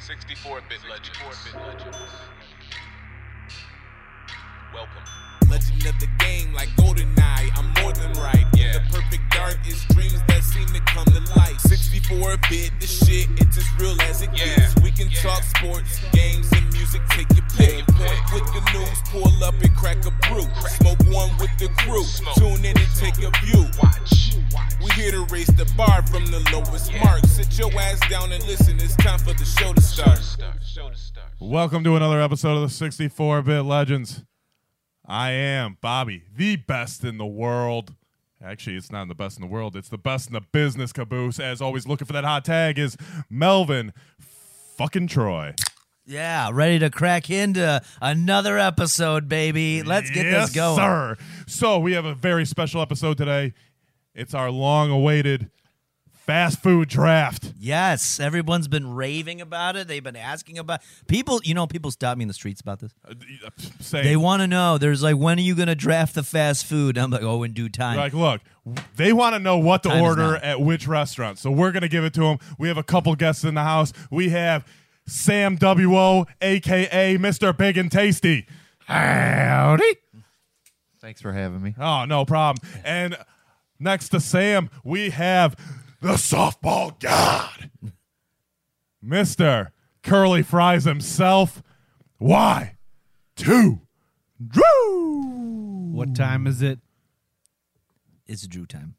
64-bit legends. 64-bit legends. Welcome. Legend of the game, like GoldenEye, I'm more than right. Yeah. In the perfect dark is dreams that seem to come to light. 64 bit, the shit, it's as real as it Yeah. gets. We can Yeah. talk sports, games, and music, take your pick. your Point, pick. click the news, pull up and crack a brew. Smoke one with the crew, Smoke. tune in and take a view. Watch. Watch. We here to raise the bar from the lowest Yeah. mark. Sit your ass down and listen, it's time for the show to start. Start. Show the stars. Welcome to another episode of the 64 Bit Legends. I am Bobby, the best in the world. Actually, it's not the best in the world, it's the best in the business caboose. As always, looking for that hot tag is Melvin fucking Troy. Yeah, ready to crack into another episode, baby. Let's get yes, this going. sir. So, we have a very special episode today. It's our long awaited fast food draft. Yes, everyone's been raving about it. They've been asking about people. You know, people stop me in the streets about this. Uh, Say, They want to know. There's like, when are you going to draft the fast food? I'm like, oh, in due time. Like, look, w- they want to know what to Time is order now. at which restaurant. So we're going to give it to them. We have a couple guests in the house. We have Sam W.O., a.k.a. Mr. Big and Tasty. Howdy. Thanks for having me. Oh, no problem. And next to Sam, we have the softball god, Mr. Curly Fries himself. Why? Two. Drew. What time is it? it's Drew time.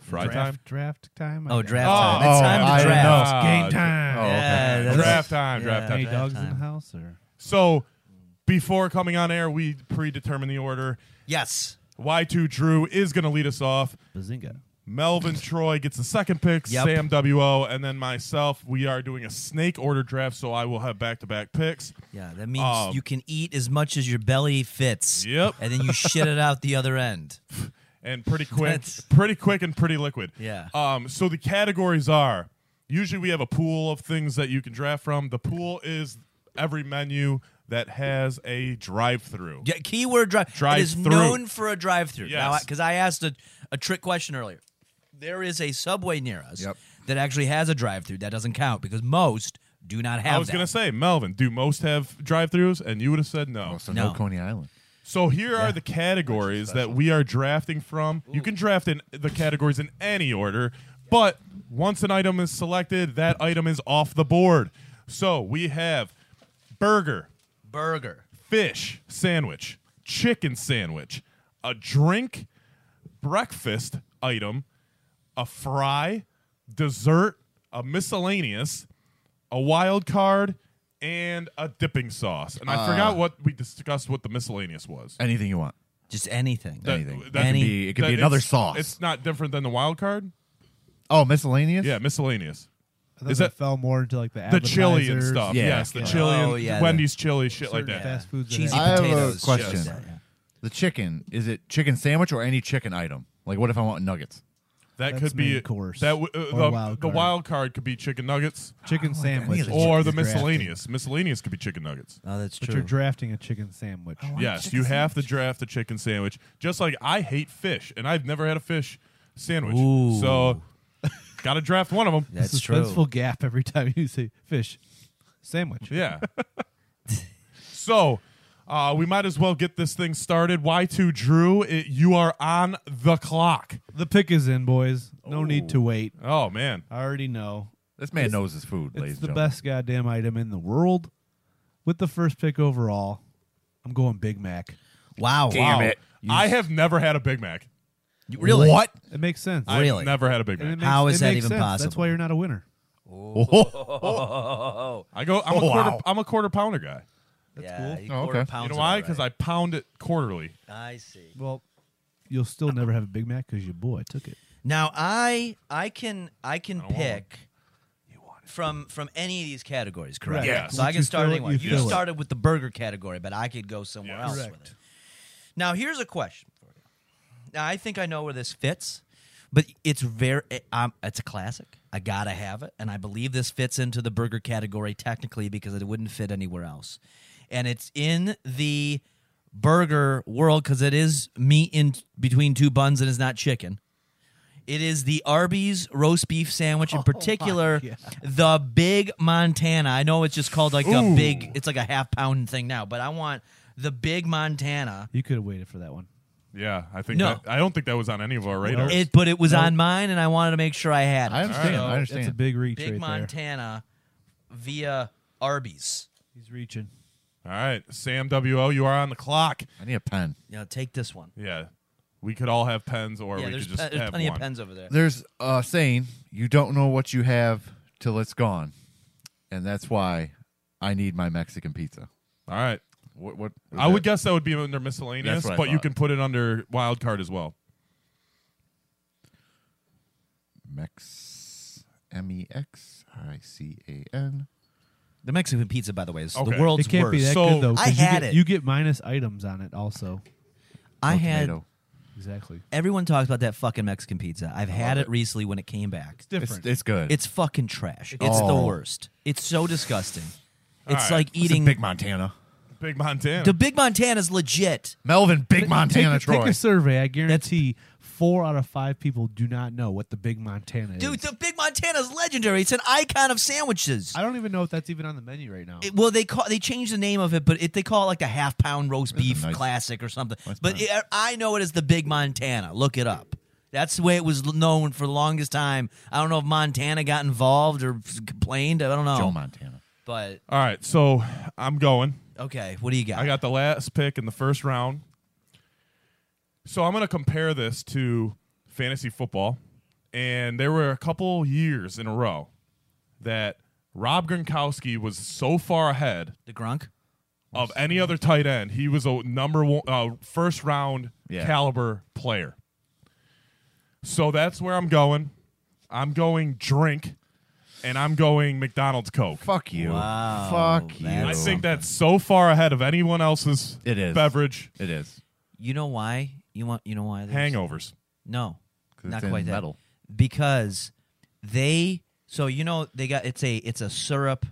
Fry time? draft, draft time? Oh, I- draft Oh, time. It's oh, time to I draft. know. It's Ah, game time. Oh, Yeah, okay. that's- Draft time, draft time. Any dogs time. in the house? Or So before coming on air, we predetermined the order. Yes. Y2 Drew is going to lead us off. Bazinga. Melvin Troy gets the second pick, Yep. Sam WO, and then myself. We are doing a snake order draft, so I will have back to back picks. Yeah, that means Um, you can eat as much as your belly fits. Yep. And then you shit it out the other end. And pretty quick, That's- pretty quick and pretty liquid. Yeah. Um, so the categories are usually we have a pool of things that you can draft from. The pool is every menu that has a drive through. Yeah, keyword drive. Drive it is through. known for a drive-through. Yes. because I, asked a, a trick question earlier. There is a subway near us Yep. that actually has a drive-through. That doesn't count because most do not have. I was that. going to say, Melvin, do most have drive throughs? And you would have said no. Oh, so no. No. Coney Island. So here are the categories that we are drafting from. You can draft in the categories in any order, but once an item is selected, that item is off the board. So we have burger, burger. fish sandwich, chicken sandwich, a drink, breakfast item, a fry, dessert, a miscellaneous, a wild card, and a dipping sauce. And I forgot what we discussed what the miscellaneous was. Anything you want. Just anything. That- anything. that It could can Any- be, it could that be another it's- sauce. It's not different than the wild card. oh, miscellaneous? Yeah, miscellaneous. I thought Is that, that- fell more into like the The chili and stuff. Yeah. Yes, the Yeah. chili and Oh, yeah, Wendy's chili, shit like Certain that. fast foods that Cheesy have- I have a potatoes. question. Yeah, yeah. The chicken. Is it chicken sandwich or any chicken item? Like, what if I want nuggets? That That's could be main course That w- uh, or the, wild the card. wild card could be chicken nuggets. Chicken sandwich. or the You're drafting. miscellaneous. Miscellaneous could be chicken nuggets. Oh, that's But true. you're drafting a chicken sandwich. yes, you have to draft the chicken sandwich. Just like I hate fish, and I've never had a fish sandwich, Ooh. so got to draft one of them. that's true. Suspenseful gap every time you say fish sandwich. Yeah. so uh, we might as well get this thing started. Y two Drew, it, you are on the clock. The pick is in, boys. No need to wait. Oh man, I already know. This man knows his food, ladies It's the and gentlemen. best goddamn item in the world. With the first pick overall, I'm going Big Mac. Wow. Damn wow. it. I have never had a Big Mac. You- Really? What? It makes sense. I've Really? never had a Big And it Mac. makes- How is it that makes even sense. That's possible? why you're not a winner. I go. I'm a Oh, quarter. wow. I'm a quarter pounder guy. yeah, cool. you Oh, quarter okay. You pounds know it why? already. Because I pound it quarterly. I see. Well, you'll still never have a Big Mac because your boy took it. Now I I can I can pick from from any of these categories, correct? Correct. Yeah. So I Once can you start fill it, anyone. you You, fill it. started with the burger category, but I could go somewhere else with it. Now here's a question for you. Now I think I know where this fits, but it's very it- um, it's a classic. I gotta have it, and I believe this fits into the burger category technically because it wouldn't fit anywhere else, and it's in the burger world because it is meat in between two buns and it's not chicken It is the Arby's roast beef sandwich, in particular, Oh God. the Big Montana. I know it's just called like the Ooh. big. It's like a half pound thing now, but I want the Big Montana. You could have waited for that one. Yeah, I think No. that, I don't think that was on any of our radars. It, but it was on mine, and I wanted to make sure I had it. I understand. So, I That's a understand. big reach Big right there. Montana via Arby's. He's reaching. All right, Sam WO, you are on the clock. I need a pen. You know, take this one. Yeah, we could all have pens, or yeah, we there's, could just pe- there's have plenty one. of pens over there. There's a saying: you don't know what you have till it's gone, and that's why I need my Mexican pizza. All right, What? what is I would that? guess that would be under miscellaneous, That's what I but you thought. can put it under wild card as well. Mex M E X I C A N. The Mexican pizza, by the way, is Okay. the world's It can't worst. be that So- good though. 'cause I you had get- it. You get minus items on it also. I had. Tomato. Exactly. Everyone talks about that fucking Mexican pizza. I've had it recently when it came back. It's, It's, Different. it's good. fucking trash. It's the Oh. worst. It's so disgusting. It's right. like It's a eating Big Montana. Big Montana. the Big Montana's legit. Melvin Big Montana take, a- Troy. Take a survey. I guarantee four out of five people do not know what the Big Montana Dude, is. the Big Montana's legendary. It's an icon of sandwiches. I don't even know if that's even on the menu right now. It- well, they call they changed the name of it, but it, they call it like the half pound roast beef nice- classic or something. That's but nice. it, I know it as the Big Montana. Look it up. That's the way it was l- known for the longest time. I don't know if Montana got involved or complained. I don't know. Joe Montana. But all right, so I'm going. okay, what do you got? I got the last pick in the first round. So I'm going to compare this to fantasy football. And there were a couple years in a row that Rob Gronkowski was so far ahead the Grunk. of any other tight end. He was a number one, uh, first round Yeah. caliber player. So that's where I'm going. I'm going drink, and I'm going McDonald's Coke. Fuck you. Wow, Fuck you. that's- I think that's so far ahead of anyone else's It is. beverage it is. You know why? You want? You know why? this- hangovers. No, 'Cause not it's in quite that. metal. Because they. So you know they got it's a it's a syrup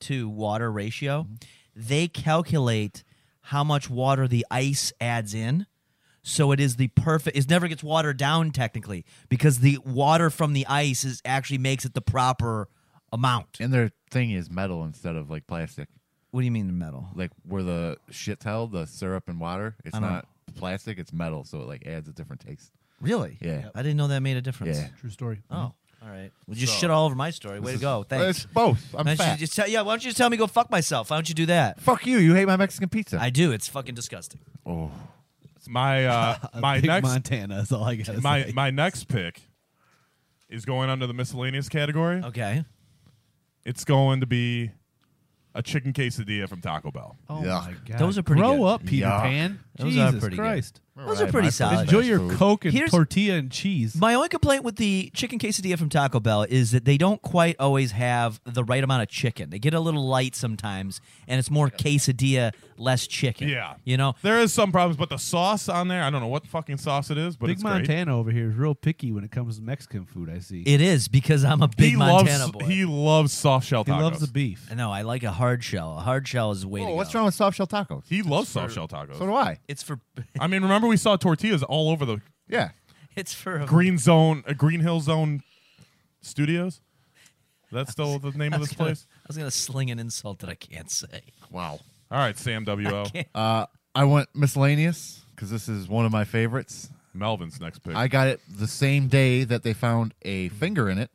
to water ratio. They calculate how much water the ice adds in. So it is the perfect. It never gets watered down technically because the water from the ice is actually makes it the proper amount. And their thing is metal instead of like plastic. What do you mean the metal? Like where the shit's held, the syrup and water, it's I don't not plastic, it's metal, so it like adds a different taste. Really? Yeah. I didn't know that made a difference. Yeah. True story. Oh, all right. Well, just shit all over my story. Way to go. It's Thanks. both. I'm Why don't you fat. just tell, yeah, why don't you just tell me go fuck myself? Why don't you do that? Fuck you. You hate my Mexican pizza. I do. It's fucking disgusting. oh. My uh, my Big next Montana is all I got. my my next pick is going under the miscellaneous category. Okay. It's going to be a chicken quesadilla from Taco Bell. oh Yuck. my god. Those are pretty Grow good. up, Peter Yuck. Pan. Those are Jesus pretty good. Christ. Those are Right, pretty my solid. food. Enjoy Fast your food. Coke and Here's- tortilla and cheese. My only complaint with the chicken quesadilla from Taco Bell is that they don't quite always have the right amount of chicken. They get a little light sometimes, and it's more quesadilla, less chicken. Yeah. You know? There is some problems, but the sauce on there, I don't know what fucking sauce it is, but Big it's great. Montana over here is real picky when it comes to Mexican food. I see. It is because I'm a big He Montana loves boy. he loves soft shell he tacos. loves the beef. no, I like a hard shell. A hard shell is way to Oh, go. what's wrong with soft shell tacos? He loves soft shell tacos. So do I. It's for I mean, remember we saw tortillas all over the Yeah. it's for a Green Zone, uh, Green Hill Zone Studios. That's still the name of this gonna- place. I was gonna sling an insult that I can't say. Wow. All right, Sam W O. Uh, I went miscellaneous because this is one of my favorites. Melvin's next pick. I got it the same day that they found a finger in it.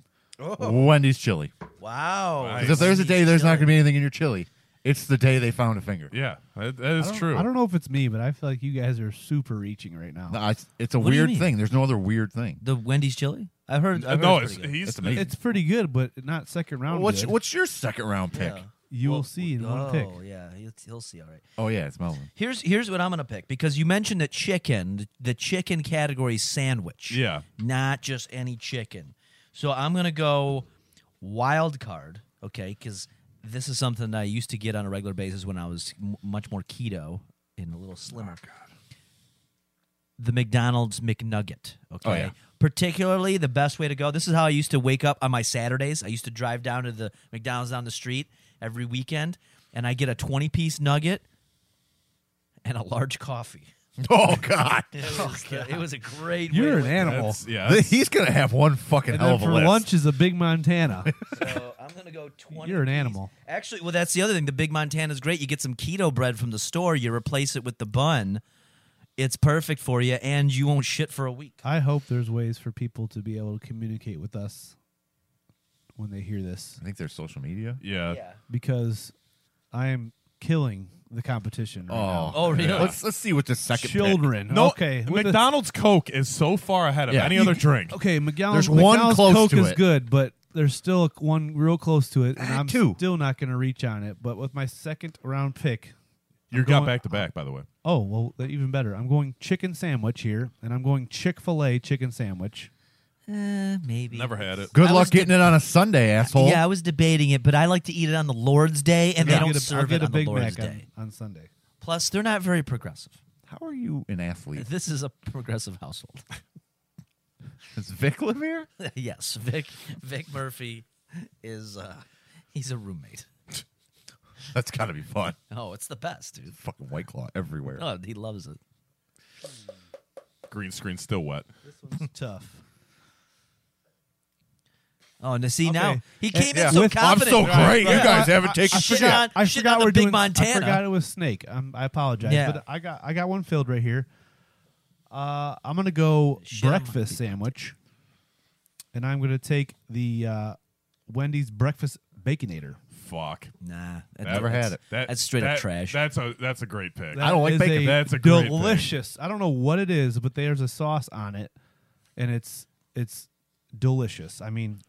Wendy's chili. Wow. Nice. Because if there's a day there's not going to be anything in your chili, it's the day they found a finger. yeah, that- that is I don't- true. Uh, I don't know if it's me, but I feel like you guys are super reaching right now. No, I- it's a What do you weird mean? thing. There's no other weird thing. The Wendy's chili? I've heard. Uh, I've no, heard it's, pretty good. he's It's amazing. It's pretty good, but not second round. what's good. what's your second round pick? Yeah. you will see in one pick. Oh yeah, he'll, he'll see. All right. Oh yeah, it's Melvin. Here's here's what I'm gonna pick because you mentioned the chicken, the, the chicken category sandwich. Yeah. Not just any chicken. So I'm gonna go wild card. Okay, because this is something that I used to get on a regular basis when I was m- much more keto and a little slimmer. the McDonald's McNugget. Okay. yeah. Particularly the best way to go. This is how I used to wake up on my Saturdays. I used to drive down to the McDonald's down the street every weekend and I get a 20 piece nugget and a large coffee. Oh God, It was, the- it was a great. You're an way- animal. That's, yeah. that's- he's gonna have one fucking And hell then of a for list. lunch is a big Montana. So I'm gonna go twenty. You're an apiece. animal. Actually, well, that's the other thing. The Big Montana's great. You get some keto bread from the store. You replace it with the bun. It's perfect for you, and you won't shit for a week. I hope there's ways for people to be able to communicate with us when they hear this I think there's social media. yeah. because I am killing the competition. Right Oh, now. Oh, really? Let's let's see what the second. pick- children. No, okay, with the- McDonald's Coke is so far ahead of Yeah. any other drink. okay, McDonald's. There's one McDonald's close Coke to is it. good, but there's still a- one real close to it, and Ah, I'm two. still not going to reach on it. But with my second round pick, You I'm got going- back to back, by the way. oh well, that- even better. I'm going chicken sandwich here, and I'm going Chick Fil A chicken sandwich. Uh, maybe Never had it. Good I luck was de- getting it on a Sunday, asshole. Yeah, I was debating it, but I like to eat it on the Lord's Day, and they I'll don't get a- I'll serve get it a on Big the Lord's Mac on- Day. on Sunday. Plus, they're not very progressive. How are you an athlete? This is a progressive household. Is Vic live here? yes, Vic Vic Murphy is uh, he's a roommate. That's got to be fun. Oh, it's the best, dude. Fucking white claw everywhere. Oh, he loves it. Green screen still wet. This one's tough. Oh, and see now Okay. he came Yeah. in so With- I'm confident. so great. You guys haven't taken I shit. forgot. on- I shit forgot on the we're Big doing, Montana. I forgot it was Snake. I'm, I apologize, Yeah. but I got I got one filled right here. Uh, I'm gonna go Shit on my breakfast sandwich, and I'm gonna take the uh, Wendy's breakfast baconator. Fuck. Nah, that- Never that's- had it. That- that's straight that- up trash. That's a that's a great pick. I don't like is bacon. A That's a great pick. delicious. I don't know what it is, but there's a sauce on it, and it's it's delicious. I mean,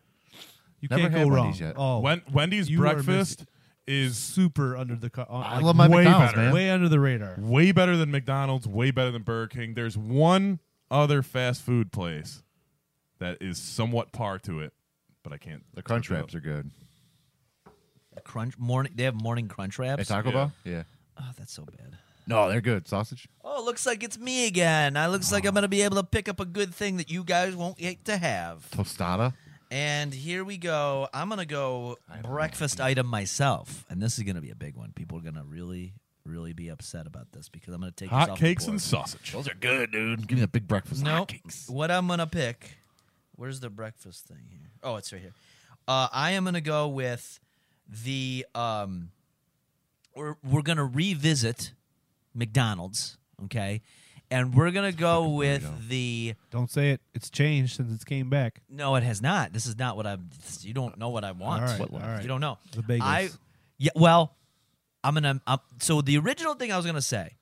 you Never can't had go wrong. Wendy's yet. Oh, Wen- Wendy's you are breakfast missing- is super under the car. I love my way McDonald's, better. man. way under the radar. way better than McDonald's, way better than Burger King. There's one other fast food place that is somewhat par to it, but I can't. The crunch wraps are good. crunch morning. They have morning crunch Hey, wraps. Taco Yeah. Bell? Yeah. Oh, that's so bad. No, they're good. Sausage? Oh, looks like it's me again. I looks like I'm gonna be able to pick up a good thing that you guys won't get to have. Tostada? And here we go. I'm gonna go breakfast item myself, and this is gonna be a big one. People are gonna really, really be upset about this because I'm gonna take this Hot off cakes the and board. sausage. Those are good, dude. Give me a big breakfast. No, Hotcakes. what I'm gonna pick. Where's the breakfast thing here? Oh, it's right here. Uh, I am gonna go with the. Um, we're we're gonna revisit McDonald's, okay, and we're gonna go with the. Don't say it. It's changed since it came back. No, it has not. This is not what I'm. this- You don't know what I want. All right, What- all right. You don't know. The bagels. I, yeah. Well, I'm gonna. I'm, so the original thing I was gonna say,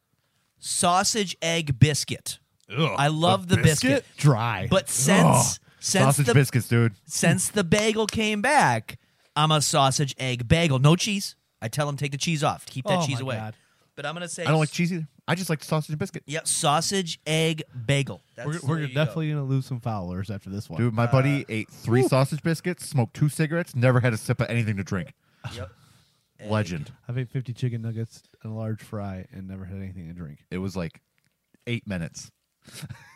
sausage egg biscuit. Ugh, I love the, biscuit. Dry. But since since Oh, Sausage the biscuits, dude. since the bagel came back, I'm a sausage egg bagel. No cheese. I tell him take the cheese off. Keep that Oh, cheese my away. God. But I'm gonna say I don't like cheese either. I just like sausage and biscuit. Yep, sausage egg bagel. That's we're, the way we're you go. definitely going to lose some followers after this one. Dude, my buddy ate three sausage biscuits, smoked two cigarettes, never had a sip of anything to drink. Yep. Legend. I've ate 50 chicken nuggets and a large fry and never had anything to drink. It was like eight minutes.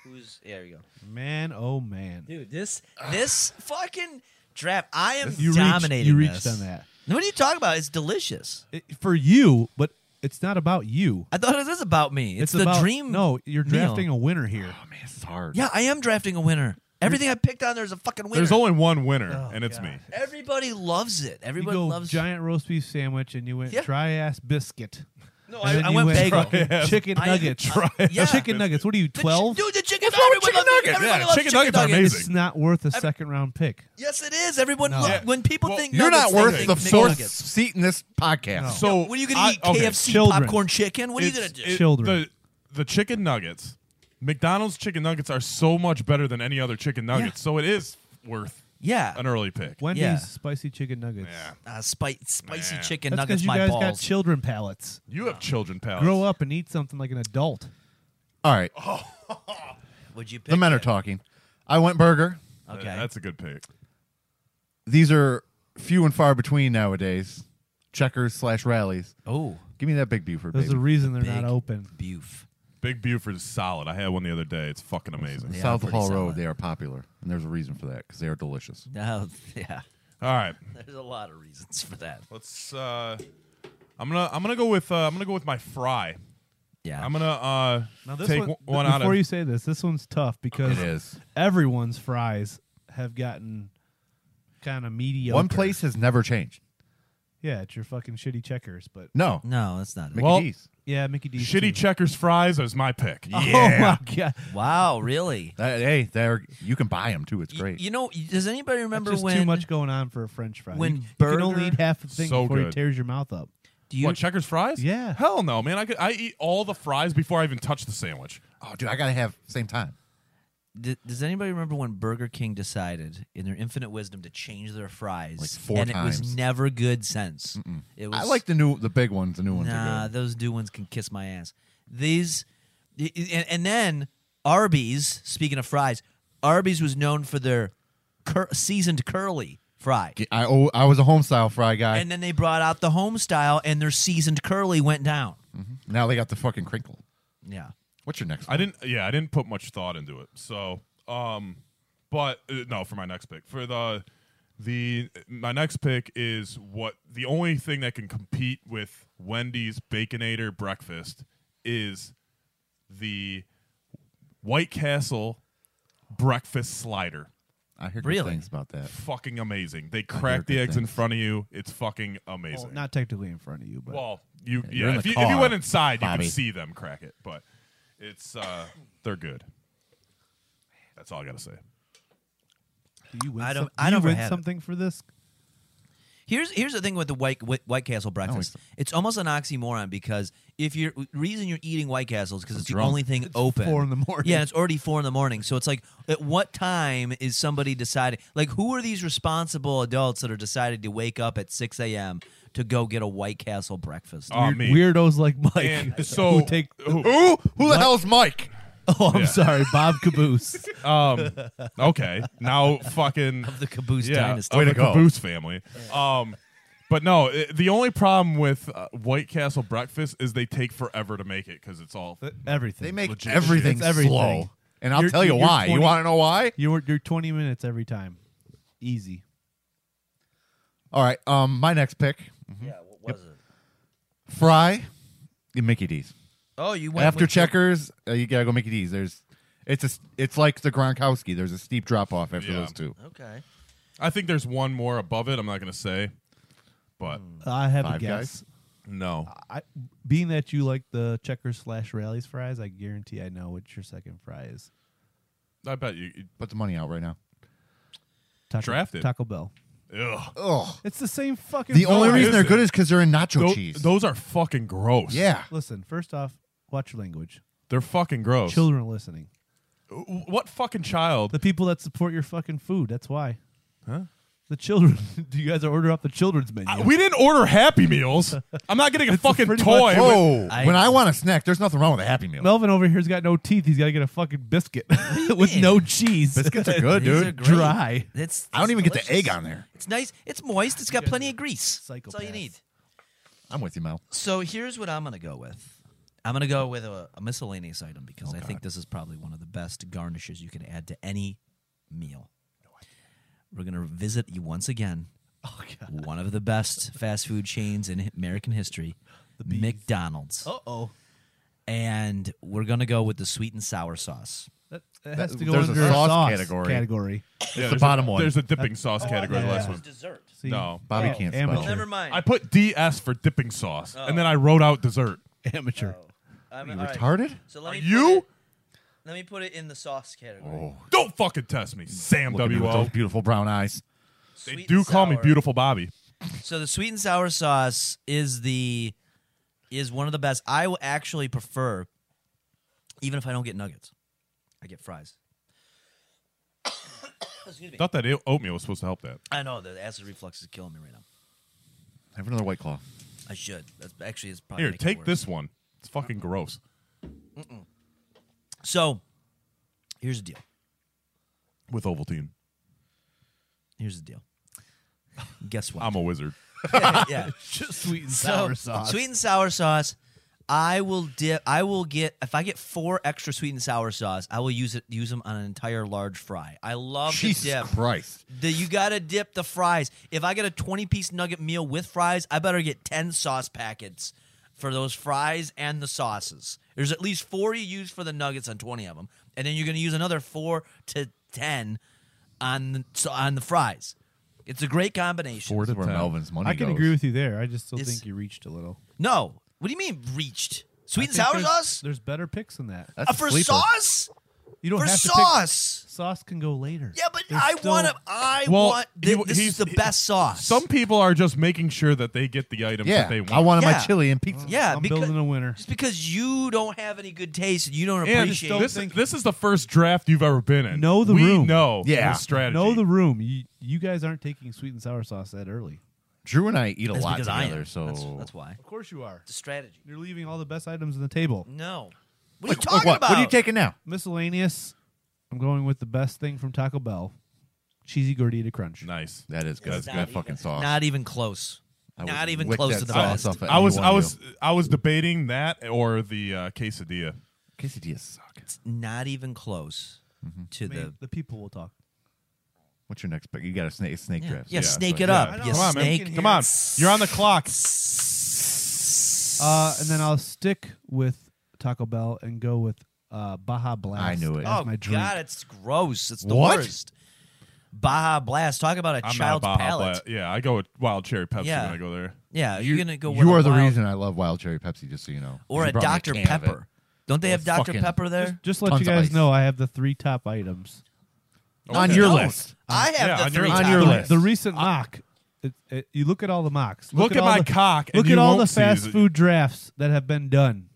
Who's there? You go, Man, oh man. dude. This this fucking draft. I am You reached- dominating. you reached this. on that. What are you talking about? It's delicious. It- for you, but it's not about you. I thought it was about me. It's, the about- dream. No, you're meal. drafting a winner here. Oh, man, it's hard. Yeah, I am drafting a winner. Everything I picked on there is a fucking winner. There's only one winner, Oh, and it's me. Everybody loves it. You Everybody go loves giant roast beef sandwich and you went Yeah. dry ass biscuit. No, And I, then I you went bagel. fucking Dry-ass- Chicken I- nuggets. I- yeah. Chicken nuggets. What are you, The chi- 12? dude, the chicken wrong nuggets. with chicken nuggets? Everybody Yeah, loves chicken nuggets are amazing. It's not worth a second round pick. Yes, it is. Everyone No. loves Yeah. when people Well, think You're nuggets, not they worth think the McNuggets. fourth seat in this podcast. So What are you gonna I- eat? okay. KFC children. popcorn chicken? What are you gonna It's- do? it- Children. The, the chicken nuggets, McDonald's chicken nuggets are so much better than any other chicken nuggets. So it is worth yeah, an early pick. Wendy's Yeah. spicy chicken nuggets. Yeah. uh, spi- spicy Nah. chicken That's nuggets. because you my guys balls. got children palates. You Oh. have children, pal. Grow up and eat something like an adult. All right. Would you pick? the men are it? talking. I went burger. Okay, That's a good pick. These are few and far between nowadays. Checkers slash rallies. oh, Give me that big Buford, There's baby. a reason they're big not open. beef. Big Buford is solid. I had one the other day. It's fucking amazing. Yeah, South pretty Hall solid. Road, they are popular, and there's a reason for that because they are delicious. No, yeah. All right. There's a lot of reasons for that. Let's uh I'm going to I'm going to go with uh, I'm going to go with my fry. Yeah. I'm gonna uh Now this take one, one, th- one out before of you say this, this one's tough because It is. everyone's fries have gotten kind of mediocre. One place has never changed. yeah, it's your fucking shitty checkers, but No. no, that's not it. Mickey Well- D's. yeah, Mickey D's shitty too. checkers fries as my pick. Yeah. Oh my god, Wow, really? That- uh, hey, there you can buy them too. It's Y- great. You know, does anybody remember That's just when? too much going on for a French fry. when you, you can only burger- eat half a thing So before he good. tears your mouth up. do you what checkers fries? Yeah. Hell no, man. I could I eat all the fries before I even touch the sandwich. oh, dude, I gotta have same time. D- does anybody remember when Burger King decided, in their infinite wisdom, to change their fries? Like four and it was times. never good since. It was I like the new, the big ones. The new ones nah. are good. Those new ones can kiss my ass. These, y- y- and, and then Arby's. Speaking of fries, Arby's was known for their cur- seasoned curly fry. G- I oh, I was a home style fry guy. and then they brought out the home style, and their seasoned curly went down. now they got the fucking crinkle. Yeah, What's your next? I didn't. Yeah, I didn't put much thought into it. So, um, but uh, no, for my next pick, for the the my next pick is what the only thing that can compete with Wendy's Baconator breakfast is the White Castle breakfast slider. I hear good Really? things about that. Fucking amazing. They crack the good eggs in things. front of you. It's fucking amazing. Well, not technically in front of you, but Well, you you're yeah. in If the you, if you car, went inside, you Bobby. could see them crack it, but it's uh, they're good. That's all I gotta say. do you win? I don't- some- do I you never win had it. something for this. Here's here's the thing with the White White, White Castle breakfast. It's almost an oxymoron because if you're reason you're eating White Castle is because it's the drunk. only thing open. four in the morning. Yeah, and it's already four in the morning. So it's like, at what time is somebody deciding? Like, who are these responsible adults that are decided to wake up at six a.m. to go get a White Castle breakfast? Oh, me. Weirdos like Mike and so who take. who- Who? Who the hell's Mike? Oh, I'm Yeah. sorry, Bob Caboose. um okay now fucking of the Caboose yeah dynasty. of Way to the go. Caboose family um but no i the only problem with uh, White Castle breakfast is they take forever to make it because it's all Uh, everything They make Legit shit. everything It's everything. slow. And I'll You're- tell you you're why. You 20 want to know why? You're you're 20 minutes every time, easy. All right. Um, my next pick, Yeah, what was it? fry, the Mickey D's. Oh, you went After with- checkers, uh, you gotta go Mickey D's. There's, it's a, s- it's like the Gronkowski. There's a steep drop off after Yeah. those two. Okay. I think there's one more above it I'm not gonna say but Hmm. I have a Five guess. no I, being that you like the checkers slash rallies fries, I guarantee I know what your second fry is. I bet you Put the money out right now. Taco, Drafted. Taco Bell. ugh. Oh, It's the same fucking. the fry. only it reason they're isn't. good is because they're in nacho Tho- cheese. those are fucking gross yeah, Listen, first off, watch your language. they're fucking gross Uh, Children are listening. W- what fucking child The people that support your fucking food. That's why. Huh? The children. Do you guys order up the children's menu? I- we didn't order Happy Meals. I'm not getting a fucking pretty toy. much- with- Whoa! I- when I want a snack, there's nothing wrong with a Happy Meal. Melvin over here's got no teeth. He's got to get a fucking biscuit with mean? no cheese. Biscuits are good, These are dude. great. Dry. It's, I don't it's even get the delicious. egg on there. It's nice. It's moist. It's got plenty of grease. That's all psychopaths. you need. I'm with you, Mel. So here's what I'm going to go with. I'm going to go with a, a miscellaneous item because I think this is probably one of the best garnishes you can add to any meal. We're going to visit you once again. One of the best fast food chains in hi- American history, McDonald's. Uh oh. And we're going to go with the sweet and sour sauce. That, that has to go there's a under a sauce sauce, category. category. Yeah, the there's bottom a, one. There's a dipping sauce category. the last one. dessert. See, No. Bobby can't spell. amateur. Never mind. I put DS for dipping sauce, and then I wrote out dessert. Amateur. I'm, You retarded? So let Are you? let me put it in the sauce category. Don't fucking test me, Sam Look at me with W.O. those beautiful brown eyes. They do call me beautiful Bobby. So the sweet and sour sauce is the is one of the best. I will actually prefer, even if I don't get nuggets, I get fries. Excuse me. Thought that o- oatmeal was supposed to help that. I know the acid reflux is killing me right now. Have another white claw. I should. That's actually it's probably Here, making it take worse. this one. It's fucking gross. So here's the deal. With Ovaltine, Here's the deal. Guess what? I'm a wizard. yeah. Just sweet and So, Sweet and sour sauce. I will dip. I will get if I get four extra sweet and sour sauce. I will use it. Use them on an entire large fry. I love Jesus to dip. Christ! The, you gotta dip the fries. If I get a twenty piece nugget meal with fries, I better get ten sauce packets for those fries and the sauces. There's at least 40 used for the nuggets on 20 of them, and then you're going to use another 4 to 10 on the, so on the fries. It's a great combination. That's where Melvin's money I can goes. agree with you there. I just still It's- think you reached a little. No. What do you mean reached? Sweet I and think sour there's- sauce? There's better picks than that. That's Uh, for sleeper. sauce? You don't For have to sauce. pick. Sauce can go later. Yeah, but There's I still- want to. I Well, want. thi- he- this he's- is the best sauce. Some people are just making sure that they get the items Yeah, that they want. I wanted my Yeah. chili and pizza. yeah, I'm because building a winner. just because you don't have any good taste and you don't and appreciate. this, this is the first draft you've ever been in. Know the we room. know Yeah. your strategy. Know the room. You you guys aren't taking sweet and sour sauce that early. Drew and I eat a That's lot because I together, am. so that's, that's why. Of course you are. The strategy. You're leaving all the best items on the table. No. What Like, are you talking what? about? What are you taking now? Miscellaneous. I'm going with the best thing from Taco Bell, cheesy gordita crunch. nice. That is good. It's That's not good even- fucking sauce. Not even close. I would Not even lick close that to the sauce best. off at I was anyone I you. was I was debating that or the uh, quesadilla. quesadillas suck. Not even close Mm-hmm. to I mean, the. the people will talk. What's your next pick? You got a snake snake Yeah, draft. yeah, snake so- it I up. know. You Come on, man. snake. Come on, you're on the clock. Uh, and then I'll stick with Taco Bell and go with uh, Baja Blast. I knew it. as Oh my drink. God, it's gross. It's the What? worst. Baja Blast. Talk about a I'm child's not a Baja palate. Blast. Yeah, I go with wild cherry Pepsi Yeah. when I go there. Yeah, you're gonna go. with You a are the wild- reason I love wild cherry Pepsi. Just so you know, or You a brought me Dr can of it. Pepper. Don't they have Dr fucking- Pepper there? Just let Tons you of guys ice. know I have the three top items. on They your don't. list. I have Yeah, the on your- three. on top your The- ones. list. The recent mock. It, it, you look at all the mocks. Look, at all my the- cock. and Look at you all won't the see fast that- food drafts that have been done.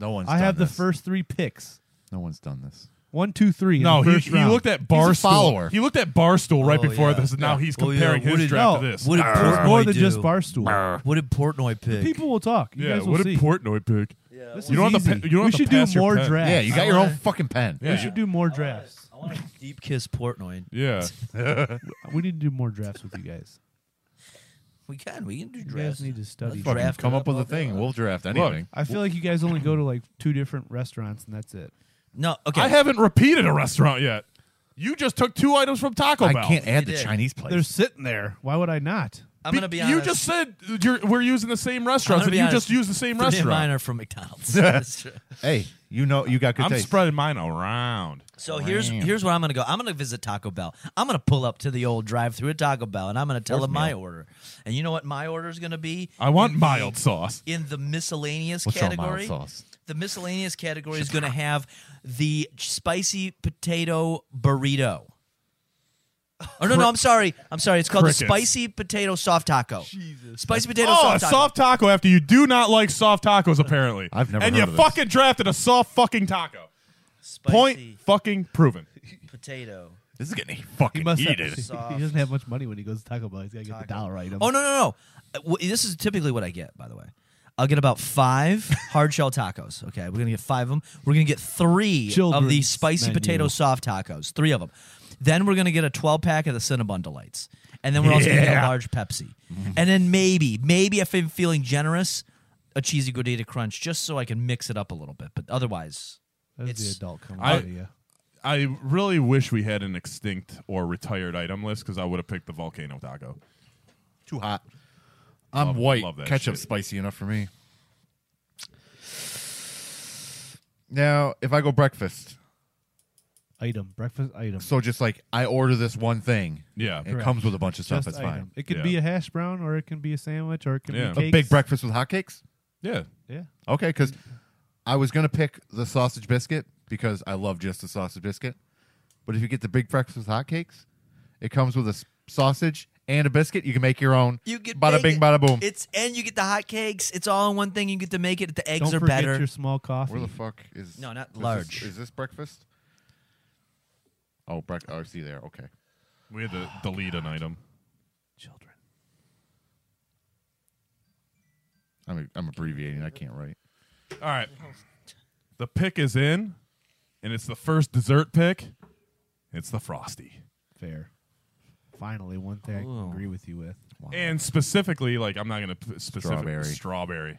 No one's. I done have the this. first three picks. No one's done this. One, two, three. in No, the he, first he round. looked at barstool. follower. He looked at barstool right Oh, before yeah. this, and now he's Well, yeah, comparing what his did- draft no, to this. What did It was Portnoy more than do? just barstool. What did Portnoy pick? People will talk. You yeah, guys will what see. did Portnoy pick? This You don't is have to easy. pa- you don't we have to should pass do your more pen. drafts. Yeah, you got I your own wanna- fucking pen. Yeah. We should do more drafts. I want to deep kiss Portnoy. Yeah, We need to do more drafts with you guys. We can. We can do guys drafts. need to study. Let's Fucking Fucking draft come it up with a all day thing. long. We'll draft Look, anything. I feel like you guys only go to like two different restaurants and that's it. No. Okay. I haven't repeated a restaurant yet. You just took two items from Taco I Bell. can't add the did. Chinese place. They're sitting there. Why would I not? I'm gonna be you honest. just said you're, we're using the same restaurants, I'm gonna and be you honest. just use the same For me and Mine restaurant. are from McDonald's. That's true. hey, you know you got good I'm taste. spreading mine around. So here's Damn. here's where I'm gonna go. I'm gonna visit Taco Bell. I'm gonna pull up to the old drive-through at Taco Bell, and I'm gonna tell them my order. And you know what my order is gonna be? I want mild sauce. in the miscellaneous What's your mild category. sauce? The miscellaneous category is going to have the spicy potato burrito. Oh no, no, I'm sorry. I'm sorry. It's called the Crickets. spicy potato soft taco. Jesus. Spicy potato oh, soft a taco. soft taco after you do not like soft tacos, apparently. I've never And heard you of this. fucking drafted a soft fucking taco. spicy Point fucking proven. potato. This is getting fucking have, heated. he doesn't have much money when he goes to Taco Bell. He's got to get the dollar item. Oh no, no, no. Uh, w- This is typically what I get, by the way. I'll get about five hard shell tacos. Okay, we're gonna get five of them. We're gonna get three of the Children's spicy menu. potato soft tacos. Three of them. Then we're gonna get a twelve pack of the Cinnabon delights, and then we're also gonna get a Yeah. large Pepsi, and then maybe, maybe if I'm feeling generous, a cheesy gordita crunch, just so I can mix it up a little bit. But otherwise, That's the it's- adult coming I- out of you. I really wish we had an extinct or retired item list because I would have picked the volcano taco. Too hot. I'm Love- white. love that Ketchup's shit. spicy enough for me. Now, if I go breakfast, Item, breakfast item. so just like I order this one thing, Yeah. it Correct. comes with a bunch of stuff. Just That's item. fine. It could Yeah. be a hash brown, or it can be a sandwich, or it can Yeah. A be cakes. Mm-hmm. A big breakfast with hotcakes. Yeah. Yeah, Okay, because I was gonna pick the sausage biscuit because I love just the sausage biscuit. But if you get the big breakfast with hotcakes, it comes with a s- sausage and a biscuit. You can make your own. you get bada make bing, it. bada boom. It's and you get the hot cakes. It's all in one thing. You get to make it. The eggs don't are forget better. your small coffee. Where the fuck is? No, not is this- large. Is this breakfast? Oh, break. Oh, I see there. Okay. We had to delete an item. Children. I'm I'm abbreviating. I can't write. All right. The pick is in, and it's the first dessert pick. It's the Frosty. Fair. Finally, one thing I Ooh. can agree with you with. Oh. And specifically, like, I'm not going to p- specific Strawberry. Strawberry.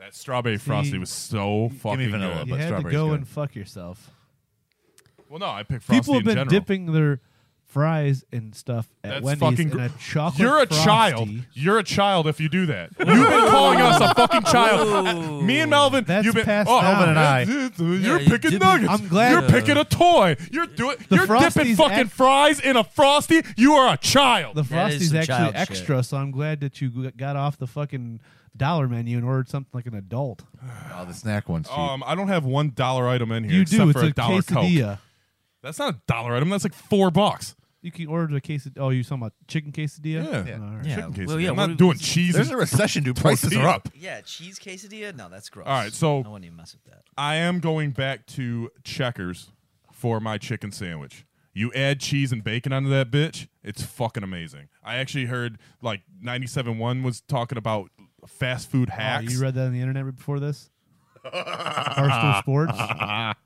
That strawberry frosty was so fucking vanilla, good. You But had to strawberry's go good. and fuck yourself. Well, no, I picked frosty People have in been general. dipping their fries and stuff at That's Wendy's fucking. gr- and a chocolate You're a frosty. child. You're a child if you do that. You've been calling us a fucking child. Me and Melvin. That's you've been. passed oh, down. Melvin and I. You're you picking didn't- nuggets. I'm glad- You're picking a toy. You're doing. The You're dipping Frosties fucking act- fries in a frosty. You are a child. The That is Frosty's some actually child shit. extra, so I'm glad that you g- got off the fucking dollar menu and ordered something like an adult. Oh, the snack one's cheap. um, I don't have one dollar item in here you except do. It's for a, a, dollar coke. quesadilla. That's not a dollar item. That's like four bucks. You can order the quesadilla. Oh, you're talking about chicken quesadilla? Yeah. Yeah. All right. Yeah. Chicken Well, quesadilla. yeah. I'm not what do- doing cheese. There's and a recession, dude. Prices are tortilla. up. Yeah, cheese quesadilla. No, that's gross. All right, so- I wouldn't even mess with that. I am going back to Checkers for my chicken sandwich. You add cheese and bacon onto that bitch, it's fucking amazing. I actually heard like 97.1 was talking about fast food Oh, hacks. you read that on the internet right before this? Barstool Sports.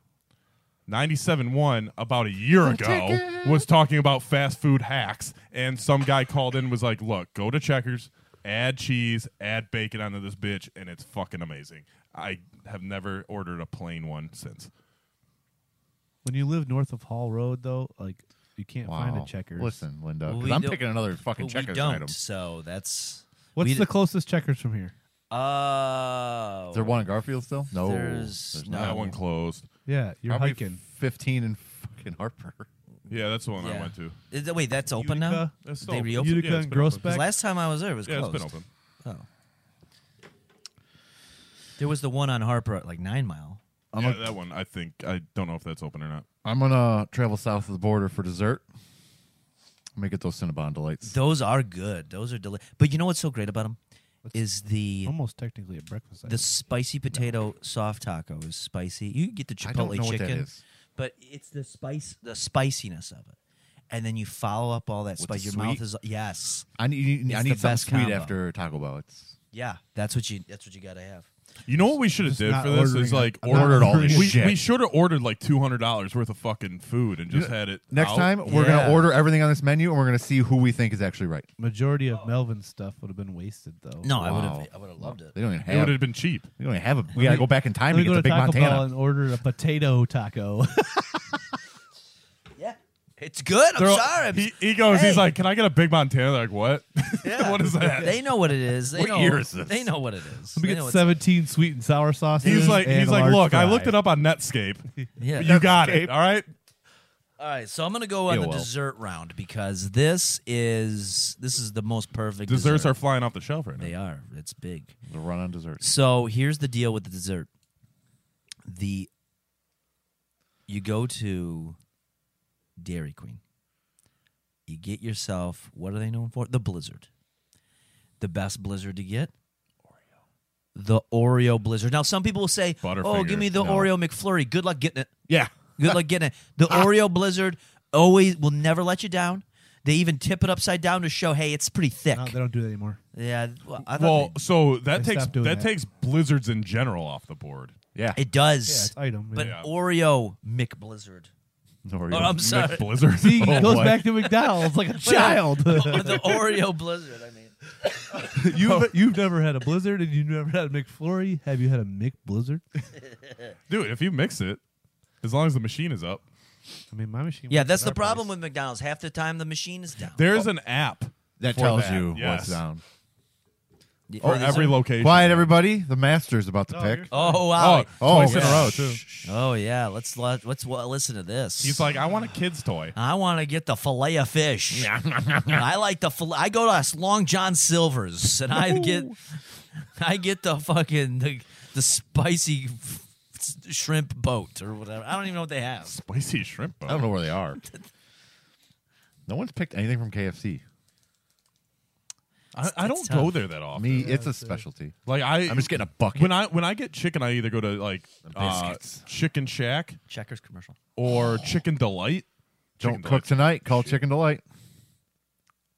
97.1 about a year ago was talking about fast food hacks, and some guy called in and was like, "Look, go to Checkers, add cheese, add bacon onto this bitch, and it's fucking amazing." I have never ordered a plain one since. When you live north of Hall Road, though, like you can't find Wow. a checker. Listen, Linda, 'cause We I'm don't- picking another fucking But we checkers don't, item. so that's. What's we the d- closest checkers from here? Oh. Is there one in Garfield still? No. There's no- That one closed. Yeah, you're Probably hiking. 15 in fucking Harper. Yeah, that's the one I Yeah. went to. Is that- wait, that's open now. Utica? That's they open. reopened. Utica Yeah, it's and been open. Grossbeck. Last time I was there, it was Yeah, closed. it's been open. Oh. There was the one on Harper at like Nine Mile. I'm, yeah, gonna, that one, I think. I don't know if that's open or not. I'm gonna travel south of the border for dessert. Let me get those Cinnabon delights. Those are good. Those are delicious. But you know what's Oh so great about them is the Almost technically a breakfast. the item. spicy potato soft taco is spicy. You get the I chipotle don't know what that chicken, is. but it's the spice, the spiciness of it, and then you follow up all that the spice. Your sweet? mouth is yes, I need I It's need the something best sweet combo. after Taco Bell. It's yeah. That's what you. That's what you gotta have. You know what we should have just did not for this ordering is it. like I'm not ordered all ordering this. We, shit. we should have ordered like two hundred dollars worth of fucking food and just had it next out. time we're gonna Oh, Yeah. order everything on this menu and we're gonna see who we think is actually right. majority of Melvin's stuff would have been wasted, though. No, I would Wow. have. I would have loved it. They don't even It would have. have been cheap. they don't even have. A, we gotta go back in time Let me to get go the to Big Taco Bell Montana. and order a potato taco. Yeah, it's good. I'm They're all- sorry. I'm- He, he goes. He's Hey. like, "Can I get a Big Montana?" They're like, what? yeah. what is that? They know what it is. They What know, year is this? They know what it is. Let They me get know it's- 17 sweet and sour sauces. he's like, and he's a like, large look, I fry." looked it up on Netscape. Yeah. you got it. Netscape. All right. All right, so I'm gonna go on Yeah, the well. dessert round because this is this is the most perfect. Desserts dessert. are flying off the shelf right now. They are. It's big. The run on desserts. So here's the deal with the dessert. The you go to Dairy Queen. You get yourself what are they known for? The Blizzard. The best Blizzard to get. The Oreo Blizzard. Now, some people will say, "Oh, Butterfinger, give me the no. Oreo McFlurry." Good luck getting it. Yeah. Good luck getting it. The Oreo Blizzard always will never let you down. They even tip it upside down to show, hey, it's pretty thick. No, they don't do that anymore. yeah, well, I thought Well, so that They takes stopped that, doing that. takes blizzards in general off the board. Yeah. it does. Yeah, it's item. But yeah. Oreo McBlizzard. Oreo. Oh, I'm sorry. Blizzard. See, he Oh, goes boy. back to McDonald's like a child. the Oreo Blizzard, I mean. you've, you've never had a Blizzard and you've never had a McFlurry. Have you had a McBlizzard? Dude, if you mix it, as long as the machine is up, I mean, my machine. Yeah, works that's at the our problem place. with McDonald's. Half the time the machine is down. there's an app that for tells that. you Yes. what's down. The- for or Oh, is every it- location. Quiet, everybody. The master's about to No, pick. you're- Oh Oh, wow. Oh, twice in a yeah. row too. Oh yeah, let's let, let's well, listen to this. He's like, I want a kid's toy. I want to get the fillet of fish. I like the fillet. I go to Long John Silver's and I get I get the fucking the, the spicy f- shrimp boat or whatever. I don't even know what they have. Spicy shrimp. I don't know where they are. no one's picked anything from KFC. I, I It's don't tough. go there that often. Me, it's a specialty. like I, I'm just getting a bucket. when I when I get chicken, I either go to like uh, biscuits. Chicken Shack Checkers commercial. or Chicken Delight. Don't Chicken cook tonight. Call Chicken Delight.